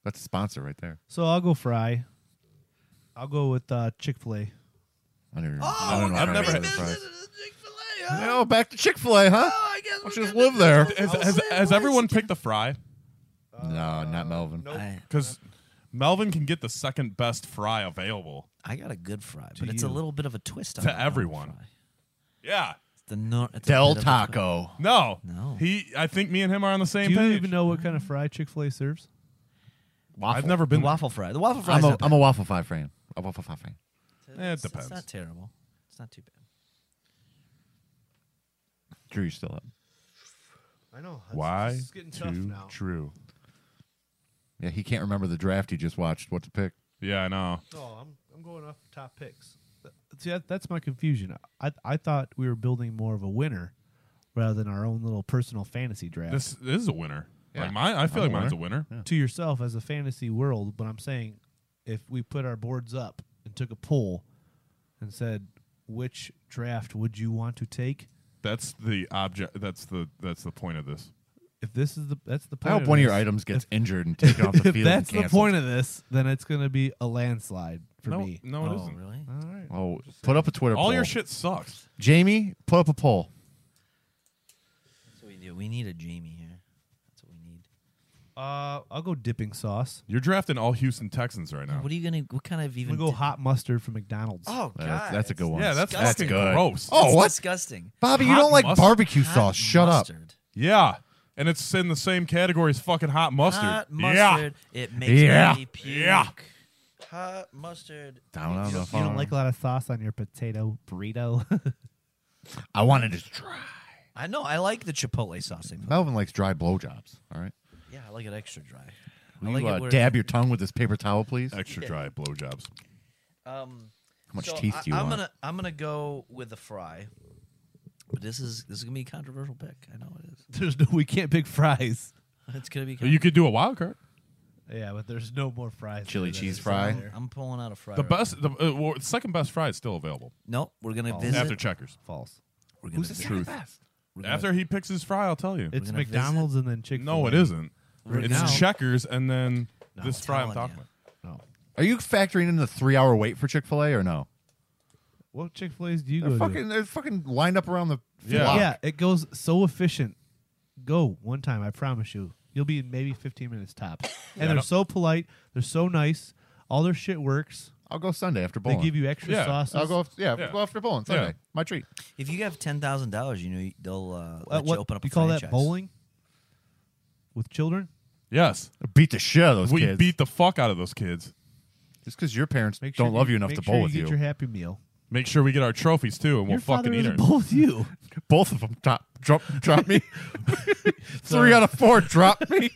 That's a sponsor right there. So I'll go fry. I'll go with uh, Chick Fil A. I don't even, Oh, I don't know I've how never to had make this. fries. Chick-fil-A. Oh, back to Chick Fil A, huh? Oh, I guess Let's we're just gonna live there. do Oh, Delight. this. Has, has, has everyone picked the fry? No, not Melvin. I, Because Melvin can get the second best fry available. I got a good fry, but To it's a you. little bit of a twist on To that Melvin everyone. fry. Yeah, the nor- it's a Del bit of a- Taco. No, No. He, I think me and him are on the same Do you page. even know what kind of fry Chick Fil A serves? I've never The been. waffle fry. The waffle fry. I'm a, I'm a waffle five fan. A waffle five fan. Eh, it It's depends. not terrible. It's not too bad. Drew, you still up? I know. Why? Too true. Yeah, he can't remember the draft he just watched. What to pick? Yeah, I know. Oh, I'm I'm going off top picks. Th- See, that, that's my confusion. I I thought we were building more of a winner rather than our own little personal fantasy draft This, this is a winner. Yeah. Like mine, I feel I'm like a mine's a winner. to yourself as a fantasy world. But I'm saying, if we put our boards up and took a poll and said which draft would you want to take, That's the object. That's the that's the point of this. if this is the that's the I point. hope of one of your this. items gets injured and taken off the If field. and that's the canceled. point of this, then it's going to be a landslide for no, me. no, it oh, not really? All right. Oh, put up a Twitter All poll. your shit sucks. Jamie, put up a poll. That's what we do. We need a Jamie here. That's what we need. Uh, I'll go dipping sauce. You're drafting all Houston Texans right now. What are you gonna? What kind of I'm even? gonna go di- hot mustard from McDonald's. Oh Uh, god, that's, that's a good one. yeah, that's Disgusting. fucking good. gross. Oh, It's what? Disgusting. Bobby, you Hot don't like mustard? barbecue Hot sauce. Shut up. mustard. yeah, and it's in the same category as fucking hot mustard. Hot Yeah, mustard. It makes Yeah. me puke. Yeah. Hot mustard. Down on You the don't- You phone. don't like a lot of sauce on your potato burrito. I wanted to try. I know. I like the chipotle sauce. They put. Melvin likes dry blowjobs. All right. Yeah, I like it extra dry. I Will like you it uh, where- dab your tongue with this paper towel, please? How extra dry blowjobs. Um, much so teeth I, do you I'm want? gonna I'm gonna go with the fry. But this is this is gonna be a controversial pick. I know it is. there's no, we can't pick fries. It's gonna be. You could do a wild card. Yeah, but there's no more fries. Chili than cheese that. fry. I'm, I'm pulling out a fry. The right now. best, the uh, well, the second best fry is still available Nope, we're gonna Oh, visit. after Checkers. False. we're gonna the visit. truth? We're gonna- After he picks his fry, I'll tell you. It's gonna visit- McDonald's and then Chick. no, it isn't. Right it's now- Checkers and then this I'm fry I'm telling talking you. about. No. Are you factoring in the three hour wait for Chick fil A or no? What Chick Fil A's do you They're go fucking, to? they're fucking lined up around the Yeah. block. Yeah, it goes so efficient. Go one time, I promise you. You'll be in maybe 15 minutes top. And I they're don't- so polite. They're so nice. All their shit works. I'll go Sunday after They bowling. give you extra Yeah, sauces. I'll go. Yeah, Yeah. go after bowling Sunday. Yeah. My treat. If you have ten thousand dollars, you know they'll uh, Uh, let what you open up. you a call franchise. that bowling with children? Yes, Beat the shit out of those we kids. beat the fuck out of those kids. Just because your parents Make sure don't love you enough make to sure bowl with you. you. Get your happy meal. Make sure we get our trophies too, and we'll Your fucking father eat is her. both you. Both of them drop, drop, drop me. Three out of four drop me.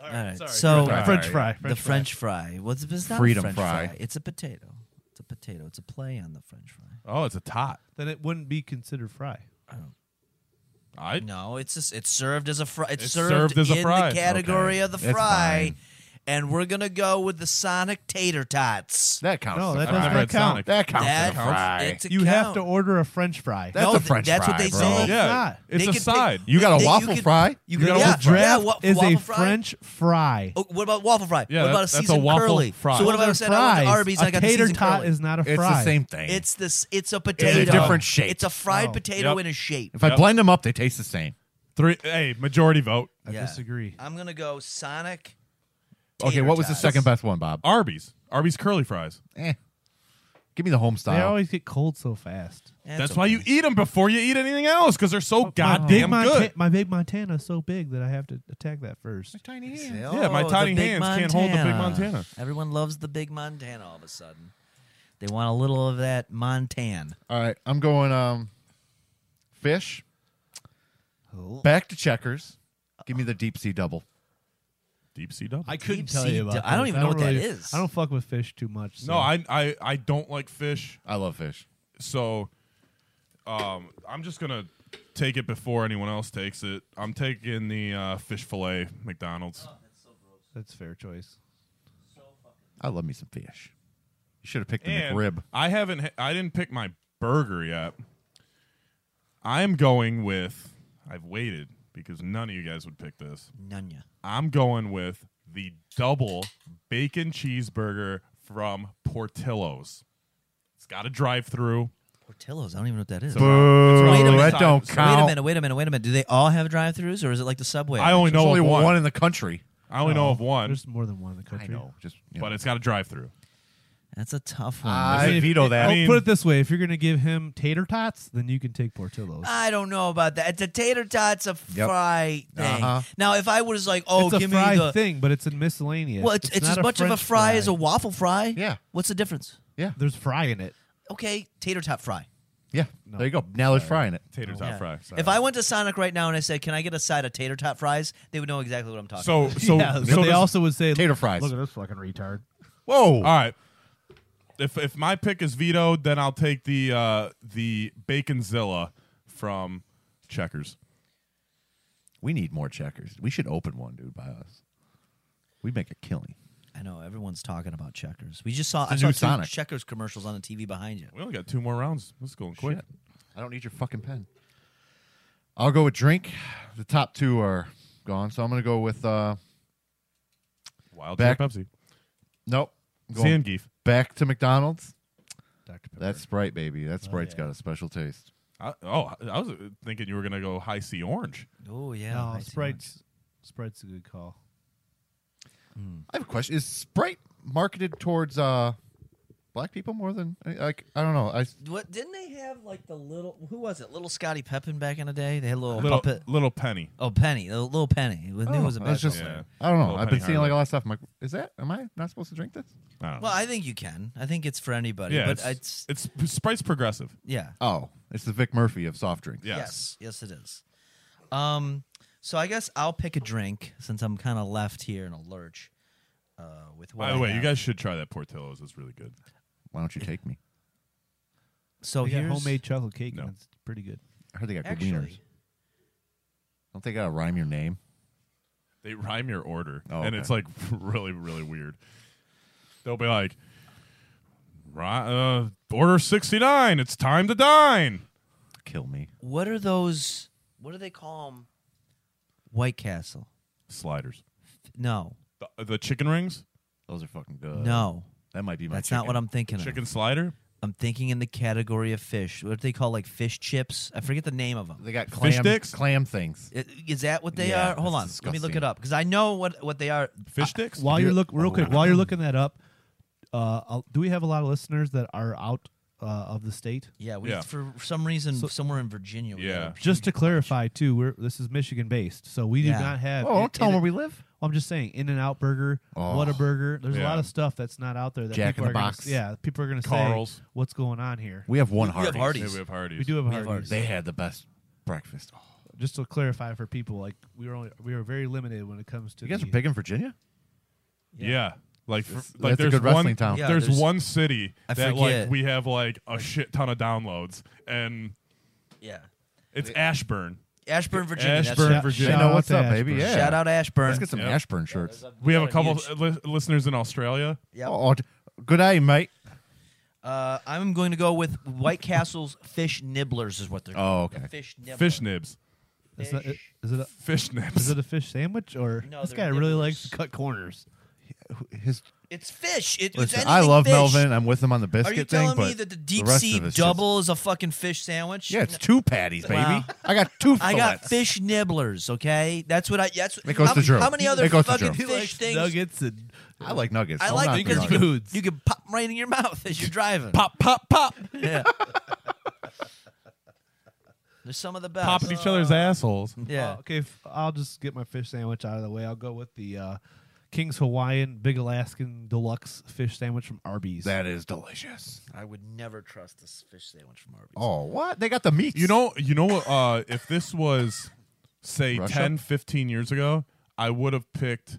All right, so French French fry. fry. the French fry. What's it's not a Freedom French fry. It's a potato. It's a potato. It's a play on the French fry. Oh, it's a tot. Then it wouldn't be considered fry. I No, it's just, it's served as a fry. It's, It's served, served as a in fry. the category Okay, of the that's fry, fine. and we're gonna go with the Sonic Tater Tots. That counts. No, as a that doesn't fry. I've never had count. Sonic. That counts. as That a fry. it's a You have to count. order a French fry. That's no, a th- French that's what fry, they bro. say. Yeah, not. it's They a could pick- side. You got a they- waffle could- fry? You You could, got a yeah, waffle fry. yeah, Draft wa- is waffle a fry. French fry. Oh, what about waffle fry? Yeah, what that- about a that's a seasoned waffle curly? fry. So what about They're I said I went to fries. Arby's and a I got the tater seasoned tot curly? is not a It's fry. the same thing. It's this. It's a potato. different shape. It's a fried Oh. potato Yep. in a shape. if I Yep. blend them up, they taste the same. three. Hey, majority vote. I disagree. I'm gonna go Sonic. okay, tater what was the tots. second best one, Bob? Arby's. Arby's curly fries. Eh. Give me the home They style. always get cold so fast. That's why you eat them before you eat anything else because they're so goddamn my big good. Monta- my big Montana is so big that I have to attack that first. tiny okay. Yeah, my Oh, the tiny Big hands can't hold the Big Montana. Everyone loves the Big Montana. All of a sudden, they want a little of that Montan. All right, I'm going um, fish. Back to checkers. Give me the deep sea double. Deep sea double. couldn't tell you about I don't even know what that really- is. I don't fuck with fish too much. so- no, I, I I don't like fish, I love fish. so um, I'm just gonna take it before anyone else takes it. I'm taking the uh, fish fillet McDonald's. that's fair choice. I love me some fish. You should have picked the And McRib. I haven't. ha- I didn't pick my burger yet. I'm going with. I've waited because none of you guys would pick this. Nunya. I'm going with the double bacon cheeseburger from Portillo's. It's got a drive-through. Portillo's. I don't even know what that is. So it's Boo, on the that side. don't So count. Wait a minute. Wait a minute. Wait a minute. Do they all have drive-throughs, or is it like the subway? I only There's know only of one. one. in the country. Oh, I only know of one, There's more than one in the I country. know. Just you know. but it's got a drive-through. That's a tough one. I mean, if- veto if- that. I'll I mean- put it this way: if you're going to give him tater tots, then you can take Portillo's. I don't know about that. It's a tater tot's a Yep. fry thing. Uh-huh. Now, if I was like, oh, it's a give fry me the thing, but it's in miscellaneous. well, it's, it's, not as a much of a French fry, as a waffle fry. Yeah. What's the difference? Yeah, There's fry in it. Okay, tater tot fry. yeah. There you go. Now there's fry in it. Tater tot Yeah. fries. If I went to Sonic right now and I said, "Can I get a side of tater tot fries?" They would know exactly what I'm talking. about. so so yeah, so so they does- also would say Tater fries. Look at this fucking retard. Whoa. All right. If if my pick is vetoed, then I'll take the uh the baconzilla from Checkers. We need more checkers. We should open one, dude, by us. We make a killing. I know everyone's talking about checkers. We just saw the I saw new two Sonic. checkers commercials on the TV behind you. We only got two more rounds. Let's go quick. Shit. I don't need your fucking pen. I'll go with drink. The top two are gone, so I'm gonna go with uh Wild Back- Cherry Pepsi. nope. I'm Going Zangief. back to McDonald's. Dr. Pepper. That's Sprite, baby. That Sprite's got a special taste. I, oh, I- I was uh, thinking you were gonna go high C orange. Oh yeah, no I see one. Sprite's Sprite's a good call. I have a question. Is Sprite marketed towards uh black people more than like I don't know. I What didn't they have like the little? Who was it? Little Scotty Peppin back in the day. They had a little, Little puppet. little penny. Oh, Penny, the little Penny. It was, it was a I bad was Oh, just- Yeah. I don't know. Little I've been Penny seeing Hardware. like a lot of stuff. I'm like, is that am I not supposed to drink this? I don't know. Well, I think you can. I think it's for anybody. yeah, but it's, it's, it's Sprite's progressive. yeah. Oh, it's the Vic Murphy of soft drinks. Yes. Yes. Yes, it is. Um, so I guess I'll pick a drink since I'm kind of left here in a lurch. Uh, with what By I the way, you have. guys should try that Portillo's. It's really good. Why don't you take me? So They got Oh, here's homemade chocolate cake. No. and It's pretty good. I heard they got good wieners. actually. Don't they gotta rhyme your name? They rhyme your order, Oh, and okay. it's like really, really weird. They'll be like, "Ri- uh, "Order sixty nine. It's time to dine." Kill me. What are those? What do they call them? White Castle. Sliders, No, the, uh, the chicken rings, Those are fucking good. no, That might be my that's not what I'm thinking. chicken Of. slider, I'm thinking in the category of fish. What do they call like fish chips? I forget the name of them. They got clam Fish sticks? clam things. I- Is that what they Yeah, are? Hold on, that's let me look disgusting. it up because I know what what they are. fish sticks. While you're You're- look Oh. real quick, while you're looking that up, uh, I'll- do we have a lot of listeners that are out uh, of the state? Yeah, we Yeah. for some reason somewhere in Virginia. we Yeah. got a- Just to clarify, too, we're this is Michigan based, so we do Yeah. not have. Oh, don't tell in- them where we live. I'm just saying, In and Out Burger, Oh. Whataburger. There's a lot Yeah. of stuff that's not out there. That Jack people in the are gonna- Box. yeah, people are going to Carl's. say, "What's going on here?" We have one We- we have Hardee's. Hardee's. Yeah, we have Hardee's. We do have We have Hardee's. They had the best breakfast. Oh, Just to clarify for people, like we were only, we were very limited when it comes to. you guys the- are big in Virginia. Yeah. Like, for, That's- like that's a there's good one, wrestling town. Yeah, there's, there's- one city I that forget. like we have like a shit ton of downloads, and yeah. it's Ashburn. Ashburn, Virginia. Ashburn, That's right. Virginia. They Shout know out what's to up, baby. Ashburn. Yeah. Shout out Ashburn. Let's get some Yep. Ashburn shirts. We have a couple Huge- of li- listeners in Australia. Yep. Oh, oh, good day, mate. Uh, I'm going to go with White Castle's fish nibblers is what they're called. Oh, okay. The fish nibbler. Fish nibs, Is, that, Fish. is it a, fish is nibs. it a fish sandwich or No, this guy they're really nibblers. likes to cut corners? His, It's fish. It, it's listen, anything I love fish. Melvin. I'm with him on the Are biscuit you thing, telling me but that the deep rest sea of it's just- double is a fucking fish sandwich? yeah, it's No. two patties, baby. Wow. I got two. I got fillets. fish nibblers. Okay, that's what I. That's It goes how, to Drew. How many other It goes to fucking Drew. fish things? nuggets and I like nuggets. I I'm like not it because big you on can, nuggets. you can pop 'em right in your mouth as you're driving. Pop, pop, pop, Yeah. They're some of the best. popping each other's assholes. Yeah. Uh, okay, f- I'll just get my fish sandwich out of the way. I'll go with the uh, King's Hawaiian Big Alaskan Deluxe fish sandwich from Arby's. That is delicious. I would never trust this fish sandwich from Arby's. Oh, what? They got the meat. You know, you know what? Uh, if this was, say, Russia? ten, fifteen 10, 15 years ago, I would have picked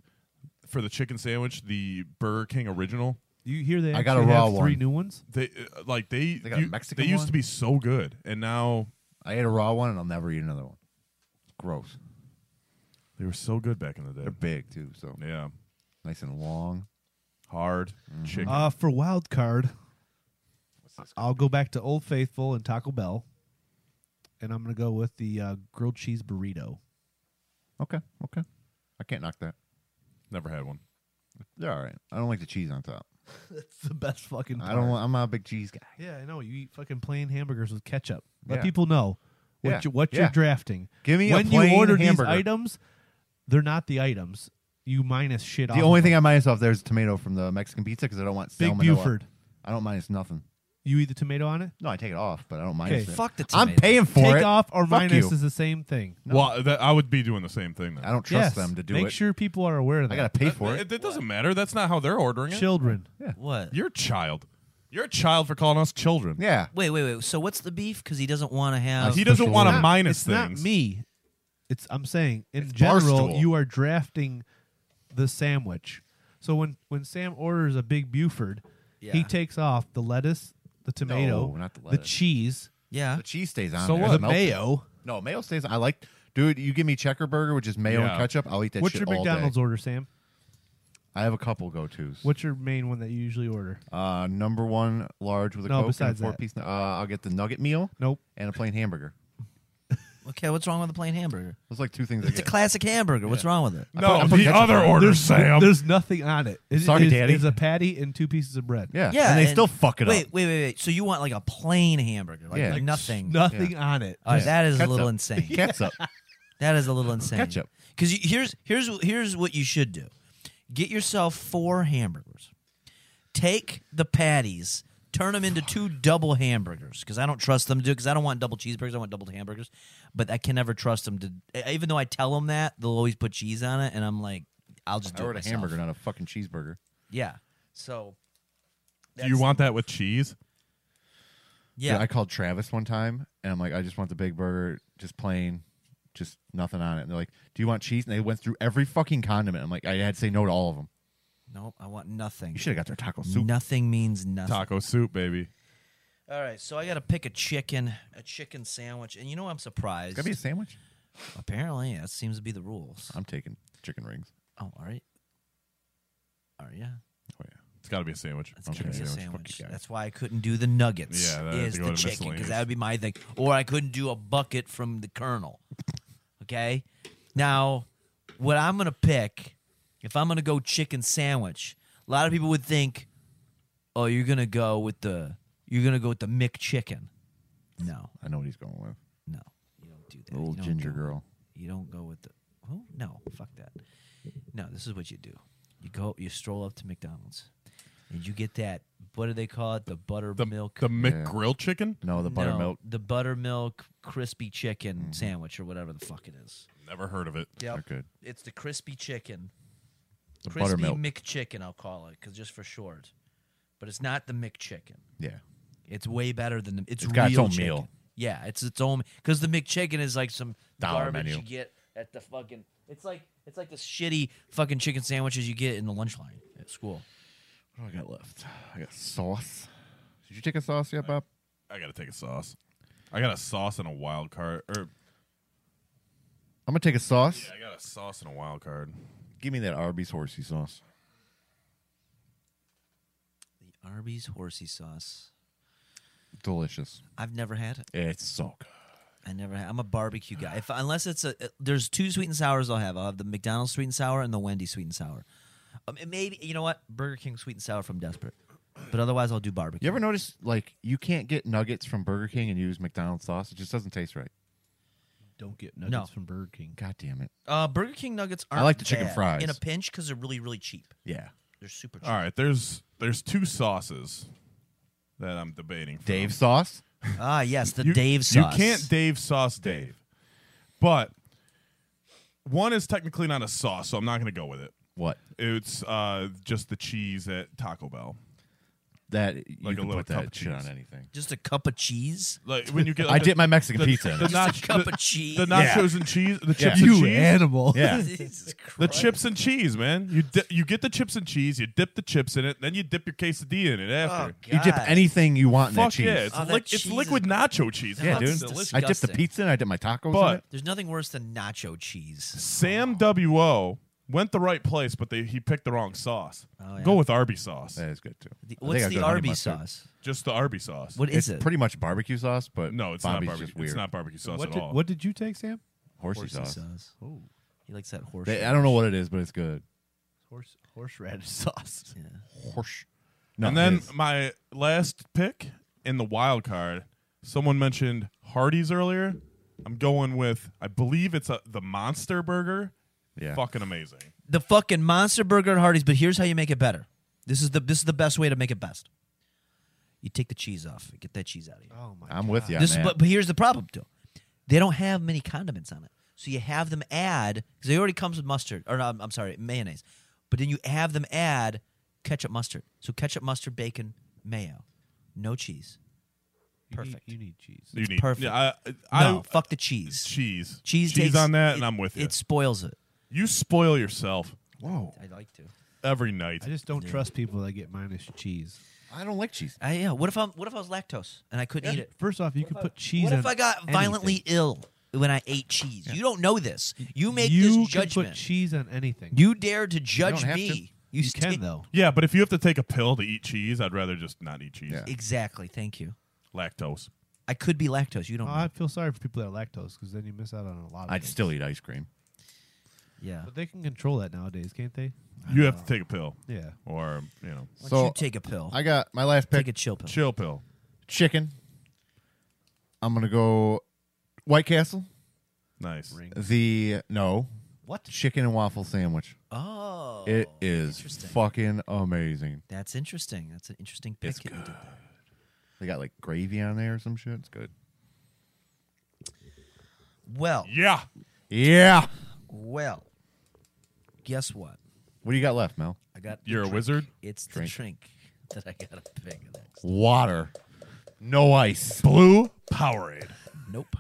for the chicken sandwich the Burger King original. you hear they I got a actually have raw three one. new ones. They uh, like they They got a you- Mexican they used one? to be so good, and now I ate a raw one and I'll never eat another one. Gross. they were so good back in the They're Mm-hmm. day. big too, so Yeah, nice and long. hard chicken. Uh, for wild card, I'll go back to Old Faithful and Taco Bell, and I'm gonna go with the uh, grilled cheese burrito. Okay, okay. I can't knock that. Never had one. They're all right. I don't like the cheese on top. That's the best fucking. I don't. want- I'm not a big cheese guy. Yeah, I know you eat fucking plain hamburgers with ketchup. Let Yeah. people know what Yeah, you, what yeah. you're drafting. Give me a when plain you order hamburger. these items, they're not the items. You minus shit. The only thing I minus off there is tomato from the Mexican pizza because I don't want Big salmonella. Buford. I don't mind. It's nothing. You eat the tomato on it? No, I take it off, but I don't mind. Okay, it's fuck the I'm tomato. paying for Take it. off or Fuck minus you. is the same thing. Well, that, I would be doing the same thing then. I don't yes. trust them to do make it. sure people are aware of that. I gotta pay for it. It, it doesn't matter. That's not how they're ordering it. Children. What? You're a child. You're a child for calling us children. Yeah. Wait, wait, wait. So what's the beef? Because he doesn't want to have. He doesn't Official want to order. minus it's things. not me. It's I'm saying in It's general Barstool. you are drafting the sandwich. So when when Sam orders a big Buford, Yeah. he takes off the lettuce, the tomato, No, not the the lettuce. cheese, yeah. The cheese stays on. So there. what? It's The melted. mayo. No, mayo stays. I like, dude. You give me checker burger, which is mayo Yeah. and ketchup. I'll eat that What's shit your all McDonald's day. order, Sam? I have a couple go tos. What's your main one that you usually order? Uh, number one large with a No, coke and besides a four that. piece. Uh, I'll get the nugget meal Nope. and a plain hamburger. Okay. What's wrong with the plain hamburger? Those are like two things. I It's a get. classic hamburger. What's wrong with it? I put- No, I put the ketchup other on it. order, Sam. There's nothing on it. It- Sorry, it's- Daddy. It's a patty and two pieces of bread. yeah, Yeah. and they still fuck it wait, up. Wait, wait, wait. So you want like a plain hamburger, like, Yeah. like nothing. Nothing on it. Oh, Uh, that is a Ketchup. little insane. Ketchup. That is a little insane. Ketchup. Because here's here's here's what you should do: get yourself four hamburgers, take the patties, turn them into two double hamburgers. Because I don't trust them to do. Because I don't want double cheeseburgers. I want double hamburgers. But I can never trust them to. e- Even though I tell them that, they'll always put cheese on it, and I'm like, I'll just I do it ordered a myself. hamburger, not a fucking cheeseburger. Yeah. So. Do you that's- want that with cheese? Dude, Yeah. I called Travis one time and I'm like, I just want the big burger, just plain, just nothing on it. And they're like, Do you want cheese? And they went through every fucking condiment. I'm like, I had to say no to all of them. nope. I want nothing. You should have got their taco soup. Nothing means nothing. Taco soup, baby. All right, so I got to pick a chicken, a chicken sandwich, and you know I'm surprised. Gotta be a sandwich. Apparently, that seems to be the rules. I'm taking chicken rings. Oh, all right. All right, yeah. Oh yeah. It's got to be a sandwich. That's gonna be a sandwich, fuck sandwich. you guys. That's why I couldn't do the nuggets. Yeah, that'd have is to go the to chicken because miscellaneous. that would be my thing, or I couldn't do a bucket from the Colonel. Okay, now what I'm gonna pick, if I'm gonna go chicken sandwich, a lot of people would think, oh, you're gonna go with the you're gonna go with the McChicken. No, I know what he's going with. no, you don't do that. The You old don't ginger do- girl. You don't go with the. Oh no, fuck that. No, this is what you do. You go. You stroll up to McDonald's, and you get that. What do they call it? The The, buttermilk. the McGrill chicken? No, the no, buttermilk. The buttermilk crispy chicken sandwich or whatever the fuck it is. Never heard of it. Yep. Mm-hmm. They're good. It's the crispy chicken. The crispy buttermilk. McChicken, I'll call it, cause just for short. But it's not the McChicken. yeah. It's way better than the. It's, It's got its real own chicken. meal. Yeah, it's its own because the McChicken is like some Dollar garbage menu. you get at the fucking. It's like it's like the shitty fucking chicken sandwiches you get in the lunch line at school. What do I got left? I got sauce. Did you take a sauce yet, Bob? I got to take a sauce. I got a sauce and a wild card. Or I'm gonna take a sauce. I got a sauce and a wild card. Give me that Arby's horsey sauce. The Arby's horsey sauce. Delicious. I've never had it. It's so good. I never. Had, I'm a barbecue guy. If unless it's a, there's two sweet and sours I'll have. I'll have the McDonald's sweet and sour and the Wendy's sweet and sour. Um, and maybe you know what Burger King sweet and sour from Desperate, but otherwise I'll do barbecue. You ever notice like you can't get nuggets from Burger King and use McDonald's sauce? It just doesn't taste right. Don't get No. nuggets from Burger King. God damn it. Uh, Burger King nuggets aren't. like the chicken bad fries. in a pinch because they're really really cheap. Uh-huh. Yeah. They're super cheap. All right, there's there's two sauces that I'm debating. From. Dave sauce? Ah, yes, the You- Dave sauce. You can't Dave sauce Dave. But one is technically not a sauce, so I'm not going to go with it. What? It's uh, just the cheese at Taco Bell. That Like a you can little put cup of that shit cheese. on anything. Just a cup of cheese. Like when you get, like I the- dip my Mexican the- pizza in the it. nach- Just a cup the- of cheese. the nachos and cheese, the chips and You cheese. animal. Yeah. Jesus Christ. The chips and cheese, man. You di- you get the chips and cheese. You dip the chips in it, then you dip your quesadilla in it Oh, after. You dip God. anything you want in that Fuck cheese. yeah, it's, Oh, that lic- it's cheese liquid is- nacho cheese. Yeah, Fuck, dude. it's delicious. I dip the disgusting. pizza and I dip my tacos in But it. There's nothing worse than nacho cheese. Sam W.O. went the right place, but they, he picked the wrong sauce. Oh, yeah. Go with Arby sauce. That is good too. I The- think what's I the go honey Arby mustard. sauce? Just the Arby sauce. What It's is it? pretty much barbecue sauce, but No, it's Bobby's not barbecue. Just weird. It's not barbecue sauce What at did, all. what did you take, Sam? horsey, horsey sauce. sauce. Oh, He likes that horse. They- I don't know what it is, but it's good. horse horseradish sauce. Yeah. Horse. No, and it then is. my last pick in the wild card. Someone mentioned Hardee's earlier. I'm going with. I believe it's a, the Monster Burger. Yeah. Fucking amazing. The fucking monster burger at Hardee's. But here's how you make it better. This is the this is the best way to make it best. You take the cheese off. Get that cheese out of here. Oh my! I'm with you. this, man. but, but here's the problem, though. They don't have many condiments on it, so you have them add because it already comes with mustard, or no, I'm, I'm sorry, mayonnaise. But then you have them add ketchup, mustard. So ketchup, mustard, bacon, mayo, no cheese. You need- Perfect. You need cheese. you need perfect. Yeah, I, I, No, fuck the cheese. cheese. cheese, cheese takes- on that, and it- I'm with you. It spoils it. you spoil yourself whoa, I like to. every night. I just don't trust people that get minus cheese. I don't like cheese. I, yeah. What if I'm? What if I was lactose and I couldn't eat it? First off, you could put cheese. What if on I got anything. violently ill when I ate cheese? You don't know this. You make you this can put judgment. cheese on anything. you dare to judge have me. to. You, You sti- can though. yeah, but if you have to take a pill to eat cheese, I'd rather just not eat cheese. Yeah. Exactly. Thank you. Lactose. I could be lactose. You don't. Oh, know. I feel sorry for people that are lactose because then you miss out on a lot. of I'd things. still eat ice cream. Yeah. But they can control that nowadays, can't they? You have to take a pill, Yeah. or you know, Why don't So you take a pill? I got my last pick. Oh. take a chill pill. chill pill. chicken. I'm gonna go White Castle. Nice. The no. What? Chicken and waffle sandwich. Oh, it is interesting. fucking amazing. that's interesting. That's an interesting pick. It's that you did there. They got like gravy on there or some shit. It's good. Well, Yeah. Yeah. well. Guess what? What do you got left, Mel? I got. the You're a drink. wizard? It's the Drink. drink that I got to pick next. Water. No ice. Blue Powerade. Nope.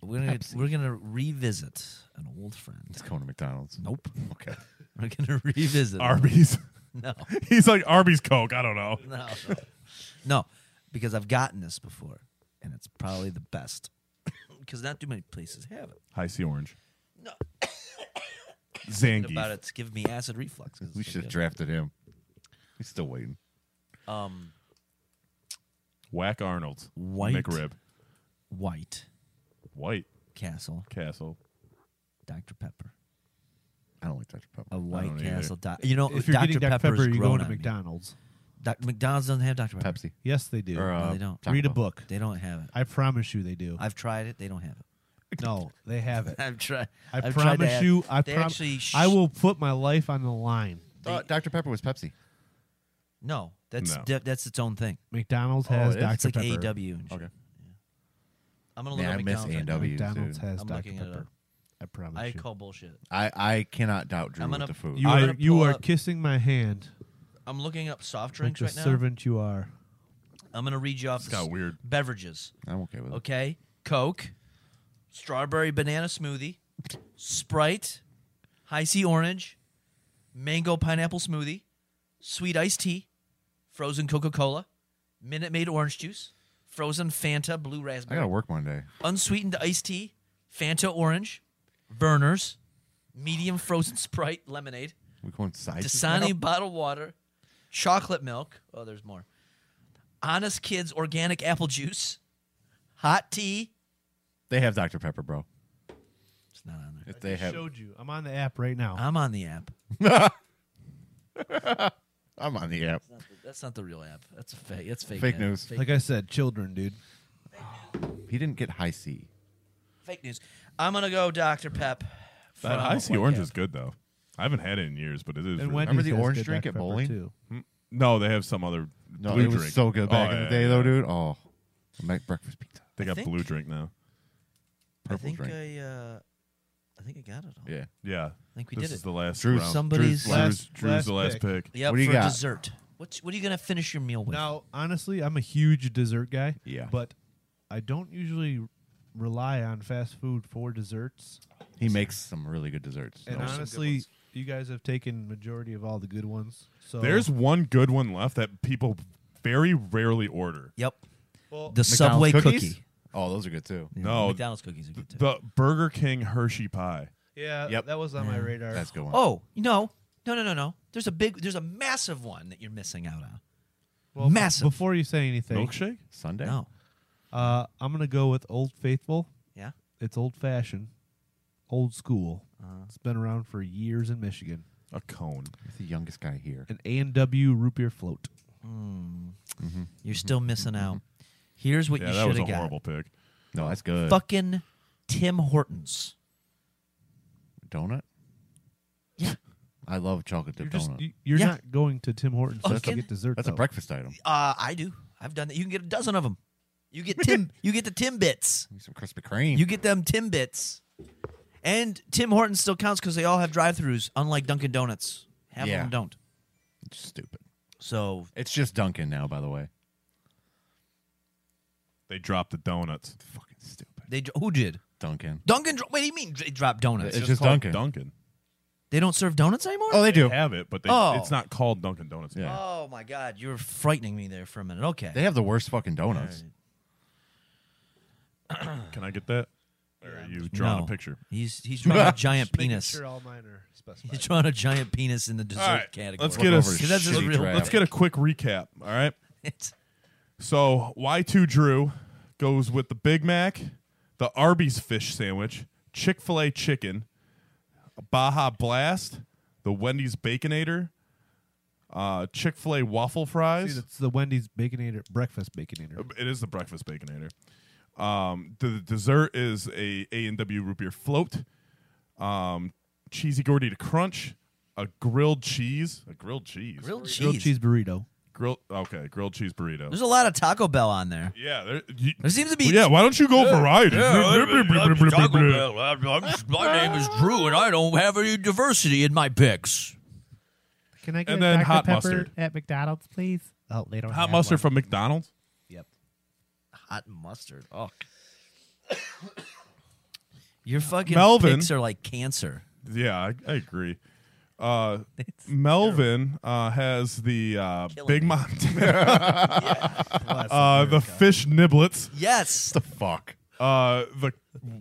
We're gonna we're gonna revisit an old friend. It's going to McDonald's. Nope. Okay. We're gonna revisit. Arby's. No, He's like Arby's Coke. I don't know. no, no, no, because I've gotten this before, and it's probably the best because not too many places have it. High C orange. No. Zangief. About it's giving me acid reflux. 'cause We it's so should have good. drafted him. He's still waiting. um Whack Arnold's. White. McRib. White White Castle Castle. Dr Pepper. I don't like Dr. Pepper. A White don't either. Castle. Doc- you know, If you're Dr getting Dr. Pepper's Pepper, you go grown to on me. McDonald's. Doc- McDonald's doesn't have Dr Pepper. Pepsi. Yes, they do. Or, uh, they don't. Taco Read a Bell. book. They don't have it. I promise you, they do. I've tried it. They don't have it. no, they have it. I've tried. I I've tried to promise ask- you. I they promise. actually. Sh- I will put my life on the line. Thought Dr. Uh, Pepper was Pepsi. No, that's No. that- that's its own thing. McDonald's Oh, has it is? Dr It's like Pepper. AW. And shit. Okay. Yeah. I'm gonna look Man, at I miss McDonald's. right now. A&W. McDonald's Dude. has I'm Dr looking it Pepper. up. I promise I you. call bullshit. I, I cannot doubt Drew I'm gonna- with the food. you I- are you pull are up kissing my hand I'm looking up soft like drinks the right now. servant you are. I'm gonna read you off. It's the s- got weird. Beverages. I'm okay with it. Okay. Coke, strawberry banana smoothie, Sprite, high C orange, mango pineapple smoothie, sweet iced tea, frozen Coca Cola, Minute Maid orange juice, frozen Fanta blue I raspberry, got to work one day. unsweetened iced tea, Fanta orange, Burners, medium frozen Sprite lemonade, We going side Dasani bottled water, chocolate milk. Oh, there's more. Honest Kids organic apple juice, hot tea. They have Dr. Pepper, bro. It's not on there. If they have, Showed you. I'm on the app right now. I'm on the app. I'm on the app. That's not the real app. That's a fake. That's fake. Fake app. news. Fake, like I said, children, dude. He didn't get high C. fake news. I'm gonna go Dr Pep. That from high C White orange Cap. is good though. I haven't had it in years, but it is. And really- Wendy's Remember the has orange good drink Dr. at Pepper, bowling? Too. no, they have some other No, blue it was drink. so good Oh, back in yeah, the day, yeah, though, yeah. dude. Oh, make breakfast pizza. They I got think- blue drink now. I Purple think drink. I. Uh, I think I got it all. Yeah. Yeah, I think we this did is it. the last Drew's round. Somebody's. Drew's last- Drew's, Drew's the last last pick. Yep, What do you for got? dessert. What's what are you gonna finish your meal with? Now, honestly, I'm a huge dessert guy. Yeah. But I don't usually rely on fast food for desserts. He makes some really good desserts. And No, honestly, you guys have taken majority of all the good ones. So There's one good one left that people very rarely order. Yep. Well, the Subway cookies? cookie. Oh, those are good too. Yeah, No, McDonald's cookies are good too. The Burger King Hershey pie. yeah, Yep. that was on my radar. That's a good one. oh no, no, no, no, no. There's a big. There's a massive one that you're missing out on. b- massive. Before you say anything, Milkshake? Sunday. No. uh, I'm gonna go with Old Faithful. Yeah. It's old fashioned, old school. Uh-huh. It's been around for years in Michigan. A cone. He's the youngest guy here. An A and W root beer float. You're still missing out. Here's what Yeah, you that should was a have got. horrible pick. No, that's good. Fucking Tim Hortons. Donut. Yeah. I love chocolate You're dipped just donut. you- you're Yeah. not going to Tim Hortons just to Okay. get dessert. That's a though. breakfast item. Uh, I do. I've done that. You can get a dozen of them. You get Tim. you get the Timbits. Give me Some Krispy Kreme. You get them Timbits. And Tim Hortons still counts because they all have drive-throughs, unlike Dunkin' Donuts. Half Yeah. of them don't. It's stupid. So It's just Dunkin' now, by the way. They dropped the donuts. Fucking stupid. they dr- who did Dunkin'. Dunkin'? Dro- what do you mean they drop donuts? It's just called Dunkin'. Dunkin'. they don't serve donuts anymore. Oh, they do. Have it, but they, Oh. it's not called Dunkin' Donuts. Yeah. Oh, my God, you're frightening me there for a minute. Okay, They have the worst fucking donuts. Can I get that? Or are you drawing No. a picture? He's he's drawing a giant Just making penis. Sure, all mine are specified. He's drawing a giant penis in the dessert All right, category. let's get a Over that's just shitty real- draft. Let's get a quick recap. All right. It's- So Y2 Drew goes with the Big Mac, the Arby's fish sandwich, Chick fil A chicken, Baja Blast, the Wendy's Baconator, uh, Chick fil A waffle fries. Dude, it's the Wendy's Baconator breakfast Oh, Baconator. It is the breakfast baconator. Um, the, the dessert is a A and W root beer float, um, cheesy gordita crunch, a grilled cheese, a grilled cheese, grilled Grilled cheese. cheese burrito. grilled okay, grilled cheese burrito. There's a lot of Taco Bell on there. yeah, there, you- There seems to be. Well, yeah. Why don't you go variety? my name is Drew, and I don't have any diversity in my picks. Can I get And a then Dr. hot Pepper mustard. at McDonald's, please? Oh, they don't Hot have mustard one. from McDonald's. Yep. Hot mustard. Oh. Your fucking Melvin. picks are like cancer. Yeah, I, I agree. Uh, Melvin uh, has the uh, Killing Big me. Montana, Plus, uh, the fish niblets. Yes. What the fuck? Uh, the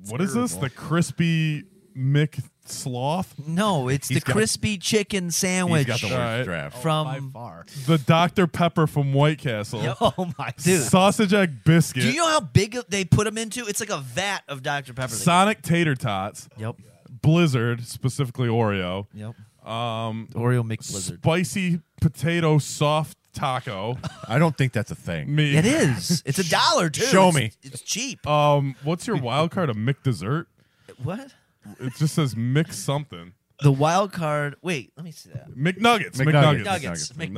what is this? The terrible. crispy Mick Sloth, No, it's the got- crispy chicken He's sandwich got the worst Alright. draft. by from. far. the Dr Pepper from White Castle, Oh my dude. sausage egg biscuit, Do you know how big they put them into? It's like a vat of Dr Pepper. they- Sonic tater tots, Yep. Blizzard specifically Oreo, Yep. Um, Oreo McBlizzard. spicy potato soft taco. I don't think that's a thing. Me, It is. It's a dollar too. Show It's- me. It's cheap. Um, what's your wild card? A Mick dessert? what? It just says Mick something. The wild card. Wait, let me see that. McNuggets. McNuggets. McNuggets. Nuggets, McNuggets.